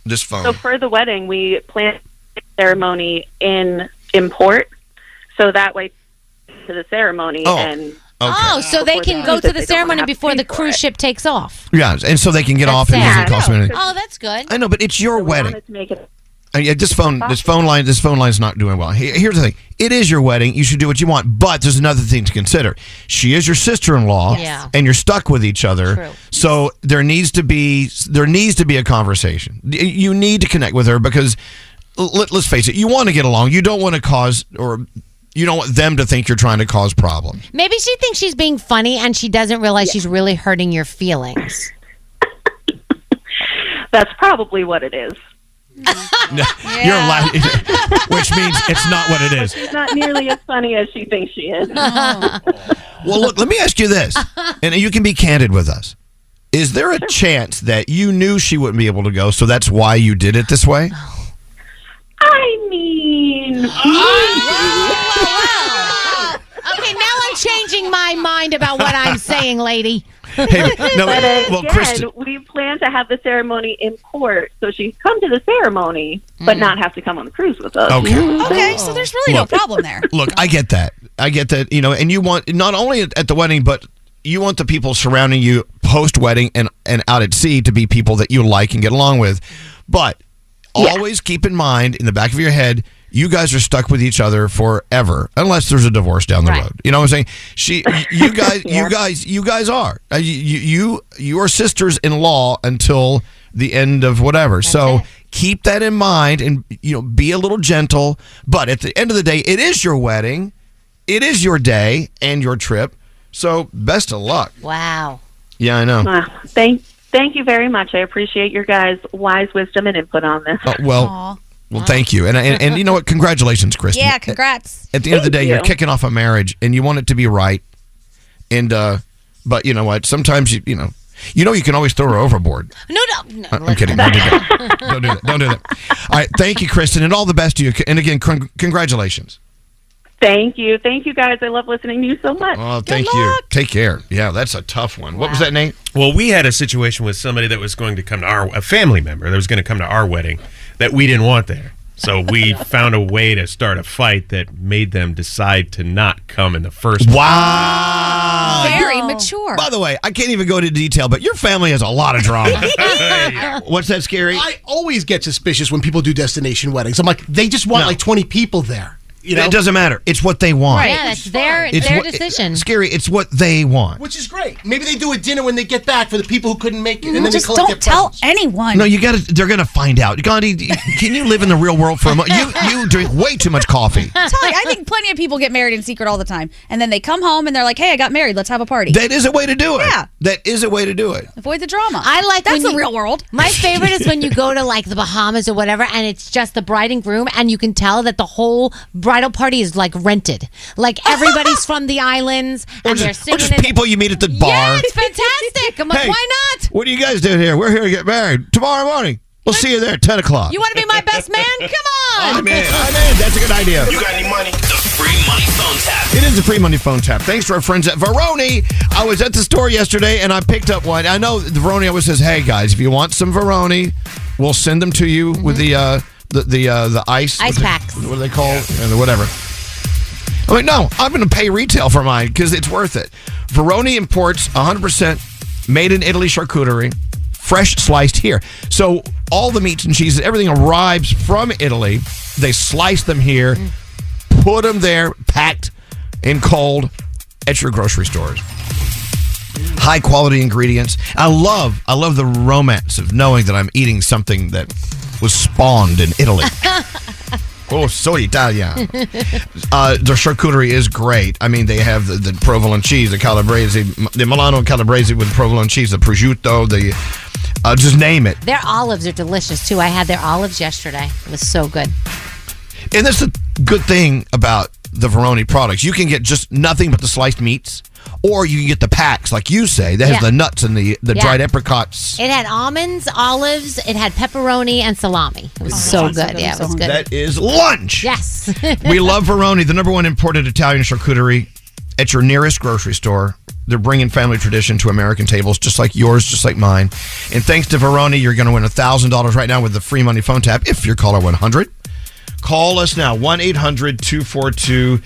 Speaker 4: this phone.
Speaker 13: so for the wedding, we planned the ceremony in import, so that way to the ceremony
Speaker 4: Oh,
Speaker 13: and
Speaker 5: Oh, so they
Speaker 13: Before
Speaker 5: can
Speaker 13: the
Speaker 5: go
Speaker 13: cruise,
Speaker 5: to
Speaker 13: if
Speaker 5: the
Speaker 13: they don't
Speaker 5: ceremony
Speaker 13: have to
Speaker 5: before
Speaker 13: pay
Speaker 5: the
Speaker 13: for
Speaker 5: cruise
Speaker 13: it.
Speaker 5: ship takes off.
Speaker 4: yeah, and so they can get off and it doesn't cost them anything.
Speaker 5: Oh, that's good.
Speaker 4: I know, but it's your wedding.
Speaker 13: to make it
Speaker 4: Uh, yeah, this phone, this phone line, this phone line's not doing well. Here- Here's the thing: it is your wedding. You should do what you want, but there's another thing to consider. She is your sister-in-law,
Speaker 3: Yes. Yeah.
Speaker 4: and you're stuck with each other.
Speaker 3: True.
Speaker 4: So there needs to be there needs to be a conversation. Y- You need to connect with her because l- let, let's face it: you want to get along. You don't want to cause or you don't want them to think you're trying to cause problems.
Speaker 5: Maybe she thinks she's being funny and she doesn't realize she's really hurting your feelings.
Speaker 13: That's probably what it is.
Speaker 4: You're laughing, which means it's not what it is.
Speaker 13: She's not nearly as funny as she thinks she is.
Speaker 6: Oh,
Speaker 4: Well, look, let me ask you this, and you can be candid with us. Is there a chance that you knew she wouldn't be able to go, so that's why you did it this way?
Speaker 13: I mean,
Speaker 5: Ah! Okay, now I'm changing my mind about what I'm saying, lady.
Speaker 4: Hey, no,
Speaker 13: but uh, again,
Speaker 4: well, Kristen-
Speaker 13: we plan to have the ceremony in port, so she'd come to the ceremony, but not have to come on the cruise with us. Mm-hmm.
Speaker 4: Okay.
Speaker 6: Mm. Okay, so there's really
Speaker 4: Look.
Speaker 6: no problem there.
Speaker 4: Look, I get that. I get that, you know, and you want not only at the wedding, but you want the people surrounding you post wedding and, and out at sea to be people that you like and get along with. But always keep in mind in the back of your head, you guys are stuck with each other forever, unless there's a divorce down the road. You know what I'm saying? She, you guys, you guys, you guys are Uh, you, you, you, you are sisters in law until the end of whatever. so keep that in mind, and you know, be a little gentle. But at the end of the day, it is your wedding, it is your day and your trip. So best of luck.
Speaker 5: Wow.
Speaker 4: Yeah, I know.
Speaker 13: Wow. Thank, thank you very much. I appreciate your guys' wise wisdom and input on this.
Speaker 4: Uh, well, well, thank you, and, and and you know what? Congratulations, Kristen.
Speaker 13: Yeah, congrats.
Speaker 4: At the end of the
Speaker 13: Thank
Speaker 4: day, you. are
Speaker 13: you.
Speaker 4: kicking off a marriage, and you want it to be right. And uh, but you know what? Sometimes you you know you know you can always throw her overboard.
Speaker 5: No, no, no.
Speaker 4: I- Uh, I'm kidding. Don't do that. Don't do that. Don't do that. All right. Thank you, Kristen, and all the best to you. And again, con- congratulations.
Speaker 13: Thank you. Thank you, guys. I love listening to you so much.
Speaker 4: Oh, thank you. Take care. Yeah, that's a tough one. What was that name?
Speaker 2: Well, we had a situation with somebody that was going to come to our a family member that was going to come to our wedding that we didn't want there. So we found a way to start a fight that made them decide to not come in the first.
Speaker 4: Wow.
Speaker 6: Very mature.
Speaker 4: By the way, I can't even go into detail, but your family has a lot of drama. What's that scary?
Speaker 10: I always get suspicious when people do destination weddings. I'm like, they just want like 20 people there. You know?
Speaker 4: It doesn't matter. It's what they want.
Speaker 5: Yeah, that's their
Speaker 4: It's
Speaker 5: their
Speaker 4: what- it-
Speaker 5: decision.
Speaker 4: scary. It's what they want.
Speaker 10: Which is great. Maybe they do a dinner when they get back for the people who couldn't make it. and then
Speaker 6: Just
Speaker 10: they collect
Speaker 6: don't
Speaker 10: their
Speaker 6: tell anyone.
Speaker 4: No, you got to. They're gonna find out. Gandhi, d- can you live in the real world for a moment? You you drink way too much coffee.
Speaker 6: I'm telling you, I think plenty of people get married in secret all the time, and then they come home and they're like, "Hey, I got married. Let's have a party."
Speaker 4: That is a way to do it.
Speaker 6: Yeah.
Speaker 4: That is a way to do it.
Speaker 6: Avoid the drama.
Speaker 5: I like
Speaker 6: that's
Speaker 5: when
Speaker 6: the
Speaker 5: you-
Speaker 6: real world.
Speaker 5: My favorite is when you go to like the Bahamas or whatever, and it's just the bride and groom, and you can tell that the whole bridal party is like rented. Like everybody's from the islands, and they're
Speaker 4: Or
Speaker 5: singing.
Speaker 4: just
Speaker 5: and-
Speaker 4: people you meet at the bar.
Speaker 5: yeah, it's fantastic. I'm like,
Speaker 4: Hey,
Speaker 5: why not?
Speaker 4: What are you guys doing here? We're here to get married tomorrow morning. We'll see you there at ten o'clock.
Speaker 5: You want to be my best man? Come on.
Speaker 4: I'm in. I'm in. That's a good idea.
Speaker 18: You got any money? The free money phone tap.
Speaker 4: It is the free money phone tap. Thanks to our friends at Veroni. I was at the store yesterday and I picked up one. I know the Veroni always says, "Hey guys, if you want some Veroni, we'll send them to you with the uh, the the uh, the ice
Speaker 5: Ice
Speaker 4: what they-
Speaker 5: packs.
Speaker 4: What are they called? And whatever. I'm like, no, I'm going to pay retail for mine because it's worth it. Veroni imports 100% made in Italy charcuterie, fresh sliced here. So all the meats and cheeses, everything arrives from Italy. They slice them here, put them there, packed and cold at your grocery stores. high quality ingredients. I love, I love the romance of knowing that I'm eating something that was spawned in Italy. oh, so Italian. Uh, the charcuterie is great. I mean, they have the, the provolone cheese, the calabrese, the Milano calabrese with provolone cheese, the prosciutto, the uh, just name it.
Speaker 5: Their olives are delicious too. I had their olives yesterday. It was so good.
Speaker 4: And that's the good thing about the Veroni products. You can get just nothing but the sliced meats, or you can get the packs, like you say, that has
Speaker 5: Yeah.
Speaker 4: the nuts and the, the
Speaker 5: Yeah.
Speaker 4: dried apricots.
Speaker 5: It had almonds, olives, it had pepperoni and salami.
Speaker 3: Oh,
Speaker 5: It was so good. Yeah, it was good.
Speaker 4: That is lunch.
Speaker 5: Yes.
Speaker 4: we love Veroni, the number one imported Italian charcuterie at your nearest grocery store. They're bringing family tradition to American tables, just like yours, just like mine. And thanks to Veroni, you're going to win $1,000 right now with the free money phone tap if you're caller 100. Call us now, 1 800 242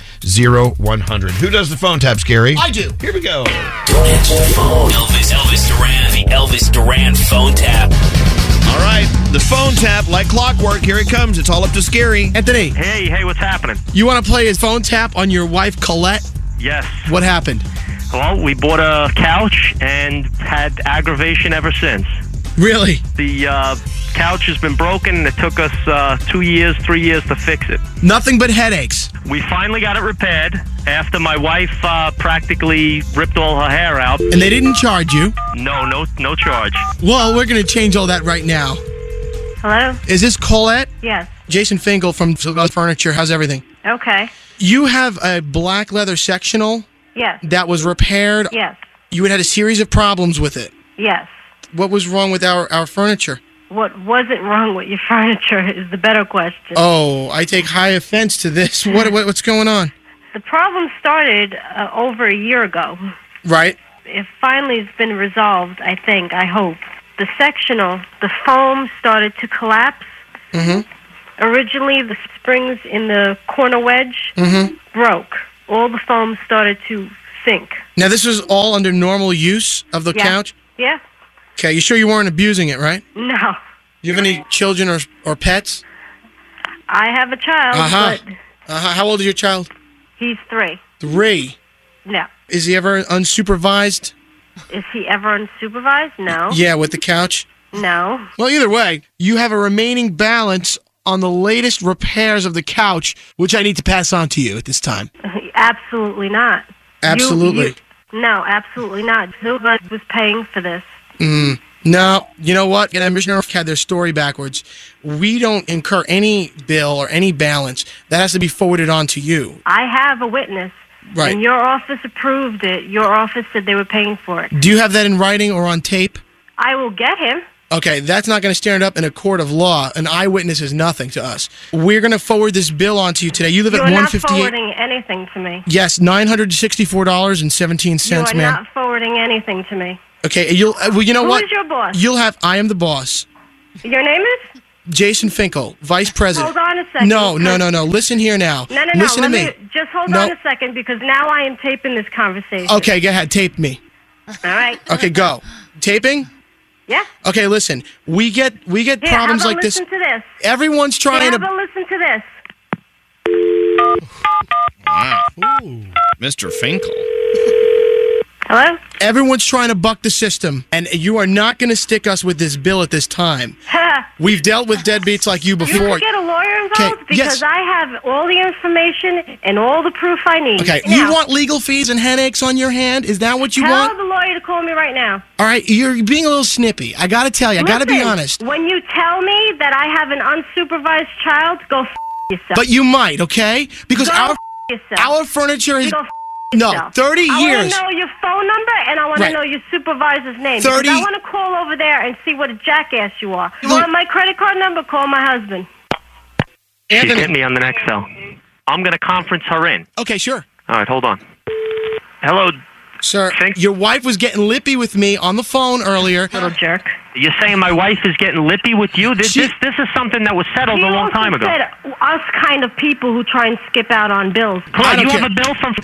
Speaker 4: 0100. Who does the phone tap, Gary?
Speaker 18: I
Speaker 4: do. Here we go.
Speaker 18: Elvis, Elvis Duran, the Elvis Duran phone tap.
Speaker 4: All right, the phone tap, like clockwork, here it comes. It's all up to Scary.
Speaker 10: Anthony.
Speaker 19: Hey, hey, what's happening?
Speaker 10: You want to play his phone tap on your wife, Colette?
Speaker 19: Yes.
Speaker 10: What happened?
Speaker 19: Well, we bought a couch and had aggravation ever since.
Speaker 10: Really?
Speaker 19: The uh, couch has been broken, and it took us uh, two years, three years to fix it.
Speaker 10: Nothing but headaches.
Speaker 19: We finally got it repaired after my wife uh, practically ripped all her hair out.
Speaker 10: And they didn't charge you.
Speaker 19: No, no, no charge.
Speaker 10: Well, we're going to change all that right now.
Speaker 20: Hello?
Speaker 10: Is this Colette?
Speaker 20: Yes.
Speaker 10: Jason Finkel from Silgo's Furniture. How's everything?
Speaker 20: Okay.
Speaker 10: You have a black leather sectional
Speaker 20: Yes.
Speaker 10: that was repaired.
Speaker 20: Yes.
Speaker 10: You had had a series of problems with it.
Speaker 20: Yes.
Speaker 10: What was wrong with our, our furniture?
Speaker 20: What wasn't wrong with your furniture is the better question.
Speaker 10: Oh, I take high offense to this. What, what what's going on?
Speaker 20: The problem started uh, over a year ago.
Speaker 10: Right?
Speaker 20: It finally has been resolved, I think, I hope. The sectional, the foam started to collapse.
Speaker 10: Mm-hmm.
Speaker 20: Originally, the springs in the corner wedge
Speaker 10: Mm-hmm.
Speaker 20: broke. All the foam started to sink.
Speaker 10: Now this was all under normal use of the
Speaker 20: Yeah.
Speaker 10: couch.
Speaker 20: Yeah?
Speaker 10: Okay, you sure you weren't abusing it, right?
Speaker 20: No.
Speaker 10: You have any children or or pets?
Speaker 20: I have a child,
Speaker 10: Uh-huh.
Speaker 20: but
Speaker 10: Uh-huh. How old is your child?
Speaker 20: he's three.
Speaker 10: Three.
Speaker 20: No.
Speaker 10: Is he ever unsupervised?
Speaker 20: Is he ever unsupervised? No.
Speaker 10: Yeah, with the couch.
Speaker 20: No.
Speaker 10: Well, either way, you have a remaining balance on the latest repairs of the couch, which I need to pass on to you at this time.
Speaker 20: Absolutely not. You-
Speaker 10: Absolutely.
Speaker 20: you- no, absolutely not. Nobody was paying for this.
Speaker 10: Mm. No, you know what? And Commissioner had their story backwards. We don't incur any bill or any balance. That has to be forwarded on to you.
Speaker 20: I have a witness.
Speaker 10: Right.
Speaker 20: And your office approved it. Your office said they were paying for it.
Speaker 10: Do you have that in writing or on tape?
Speaker 20: I will get him.
Speaker 10: Okay, that's not going to stand up in a court of law. An eyewitness is nothing to us. We're going to forward this bill on to you today. You live
Speaker 20: You
Speaker 10: at
Speaker 20: are not
Speaker 10: 158.
Speaker 20: forwarding anything to me.
Speaker 10: Yes, $964.17,
Speaker 20: you are
Speaker 10: ma'am.
Speaker 20: not forwarding anything to me.
Speaker 10: Okay, you'll uh, well, you know
Speaker 20: Who
Speaker 10: what?
Speaker 20: is your boss?
Speaker 10: You'll have I am the boss.
Speaker 20: Your name is?
Speaker 10: Jason Finkel, Vice President.
Speaker 20: Hold on a second,
Speaker 10: No, no,
Speaker 20: because-
Speaker 10: no, no. Listen here now.
Speaker 20: No, no, no.
Speaker 10: Oh, Listen
Speaker 20: Let
Speaker 10: to me.
Speaker 20: Just hold
Speaker 10: No.
Speaker 20: on a second because now I am taping this conversation.
Speaker 10: Okay, go ahead. Tape me.
Speaker 20: All right.
Speaker 10: Okay, go. Taping?
Speaker 20: Yeah.
Speaker 10: Okay, listen. We get we get
Speaker 20: Here,
Speaker 10: problems
Speaker 20: have a
Speaker 10: like this.
Speaker 20: listen to this.
Speaker 10: Everyone's
Speaker 20: Here,
Speaker 10: trying
Speaker 20: have
Speaker 10: to
Speaker 20: a listen to this.
Speaker 4: Wow. Mr. Finkel.
Speaker 20: Hello?
Speaker 10: Everyone's trying to buck the system and you are not going to stick us with this bill at this time.
Speaker 20: Ha.
Speaker 10: We've dealt with deadbeats like you
Speaker 20: You
Speaker 10: before.
Speaker 20: have to get a lawyer involved
Speaker 10: Okay,
Speaker 20: because
Speaker 10: yes.
Speaker 20: I have all the information and all the proof I need.
Speaker 10: Okay,
Speaker 20: Now,
Speaker 10: you want legal fees and headaches on your hand? Is that what you
Speaker 20: tell
Speaker 10: want?
Speaker 20: the lawyer to call me right now.
Speaker 10: All right, you're being a little snippy. I gotta tell you, I gotta be
Speaker 20: Listen,
Speaker 10: honest.
Speaker 20: When you tell me that I have an unsupervised child, go f- yourself.
Speaker 10: But you might, okay? Because
Speaker 20: Go
Speaker 10: our
Speaker 20: f- yourself.
Speaker 10: our furniture is
Speaker 20: Go f-
Speaker 10: no
Speaker 20: yourself.
Speaker 10: thirty years.
Speaker 20: I want to know your phone number and I want
Speaker 10: Right.
Speaker 20: to know your supervisor's name. because
Speaker 10: 30
Speaker 20: I want to call over there and see what a jackass you are. You want my credit card number? Call my husband.
Speaker 19: She hit me on the next cell. I'm going to conference her in.
Speaker 10: Okay, sure.
Speaker 19: All right, hold on. Hello.
Speaker 10: Sir, your wife was getting lippy with me on the phone earlier. Little
Speaker 20: jerk.
Speaker 19: You're saying my wife is getting lippy with you? This this, this is something that was settled
Speaker 20: You
Speaker 19: a long
Speaker 20: also
Speaker 19: time ago.
Speaker 20: said us kind of people who try and skip out on bills.
Speaker 19: Come on, you have a
Speaker 20: bill from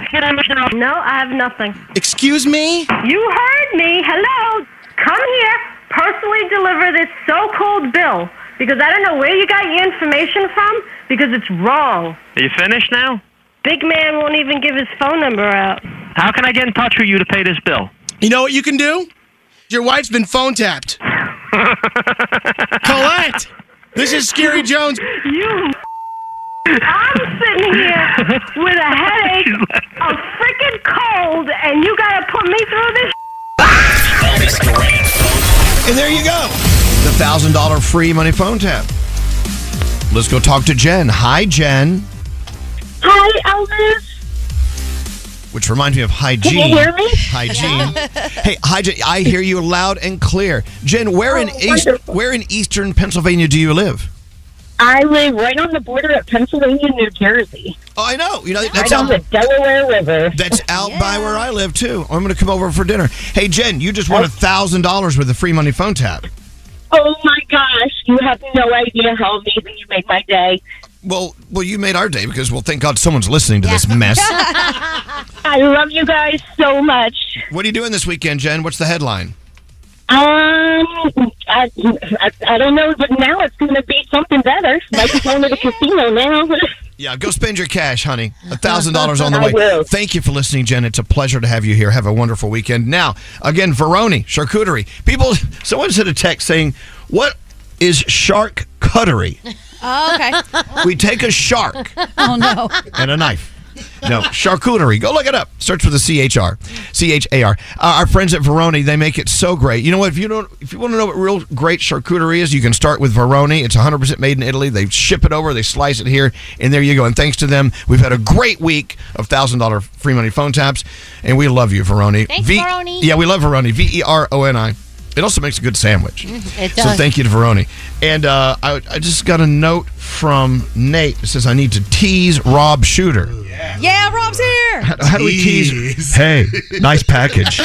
Speaker 20: No, I have nothing.
Speaker 10: Excuse me?
Speaker 20: You heard me. Hello. Come here. Personally deliver this so-called bill because I don't know where you got your information from because it's wrong.
Speaker 19: Are you finished now?
Speaker 20: Big man won't even give his phone number out.
Speaker 19: How can I get in touch with you to pay this bill?
Speaker 10: You know what you can do? Your wife's been phone tapped. Colette, this is Scary Jones.
Speaker 20: You. I'm sitting here with a headache, a freaking cold, and you gotta put me through this.
Speaker 4: And there you go. The thousand dollar free money phone tap. Let's go talk to Jen. Hi, Jen.
Speaker 21: Hi, Elvis.
Speaker 4: Which reminds me of hygiene.
Speaker 21: Can you hear me?
Speaker 4: Hygiene. hey, hi, Jen. I hear you loud and clear. Jen, where
Speaker 21: Oh,
Speaker 4: in East, where in eastern Pennsylvania do you live?
Speaker 21: I live right on the border of Pennsylvania and New Jersey.
Speaker 4: Oh, I know. You know
Speaker 21: right on the Delaware River.
Speaker 4: That's out by where I live too. I'm going to come over for dinner. Hey, Jen, you just won a thousand dollars with a free money phone tap.
Speaker 21: Oh my gosh, you have no idea how amazing you make my day.
Speaker 4: Well, well, you made our day because well, thank God someone's listening to this mess.
Speaker 21: I love you guys so much.
Speaker 4: What are you doing this weekend, Jen? What's the headline?
Speaker 21: Um, I, I, I don't know, but now it's going to be something better. Might be going to the casino now.
Speaker 4: Yeah, go spend your cash, honey. A thousand dollars on the
Speaker 21: I
Speaker 4: way.
Speaker 21: will.
Speaker 4: Thank you for listening, Jen. It's a pleasure to have you here. Have a wonderful weekend. Now, again, Veroni charcuterie. People, someone sent a text saying, "What is shark cuttery?"
Speaker 6: Oh, okay.
Speaker 4: We take a shark
Speaker 6: Oh no.
Speaker 4: and a knife. No, charcuterie. Go look it up. Search for the C H R, C H A R. Uh, our friends at Veroni, they make it so great. You know what? If you don't, if you want to know what real great charcuterie is, you can start with Veroni. It's 100% made in Italy. They ship it over, they slice it here, and there you go. And thanks to them, we've had a great week of thousand dollar free money phone taps, and we love you, Veroni.
Speaker 5: Thanks, Veroni.
Speaker 4: Yeah, we love Veroni. V E R O N I. It also makes a good sandwich.
Speaker 5: It
Speaker 4: So thank you to Veroni. And uh, I, I just got a note from Nate that says I need to tease Rob Shooter.
Speaker 6: Yeah, Rob's here.
Speaker 4: How, how do we tease? Hey, nice package.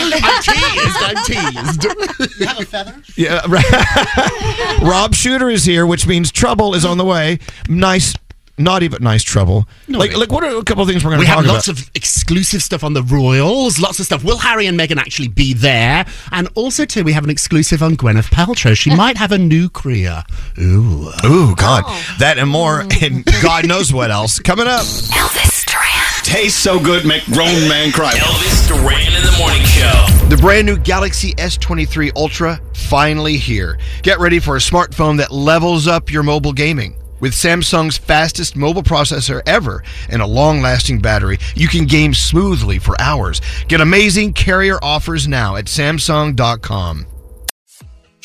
Speaker 6: I'm teased.
Speaker 3: I'm teased. You have a feather?
Speaker 4: yeah, right. Rob Shooter is here, which means trouble is on the way. Nice, naughty but nice trouble. like, like what are a couple of things we're going
Speaker 12: We
Speaker 4: to talk
Speaker 12: have
Speaker 4: about?
Speaker 12: lots of exclusive stuff on the Royals, lots of stuff. Will Harry and Meghan actually be there? And also, too, we have an exclusive on Gwyneth Paltrow. She might have a new career. Ooh.
Speaker 4: Ooh, God. That and more, and God knows what else. Coming up.
Speaker 3: Elvis Duran.
Speaker 4: Tastes so good, make grown man cry.
Speaker 18: Elvis Duran in the morning show.
Speaker 4: The brand new Galaxy S23 Ultra finally here. Get ready for a smartphone that levels up your mobile gaming. With Samsung's fastest mobile processor ever and a long lasting battery, you can game smoothly for hours. Get amazing carrier offers now at Samsung.com.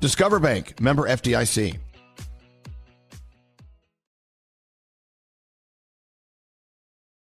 Speaker 4: Discover Bank, member FDIC.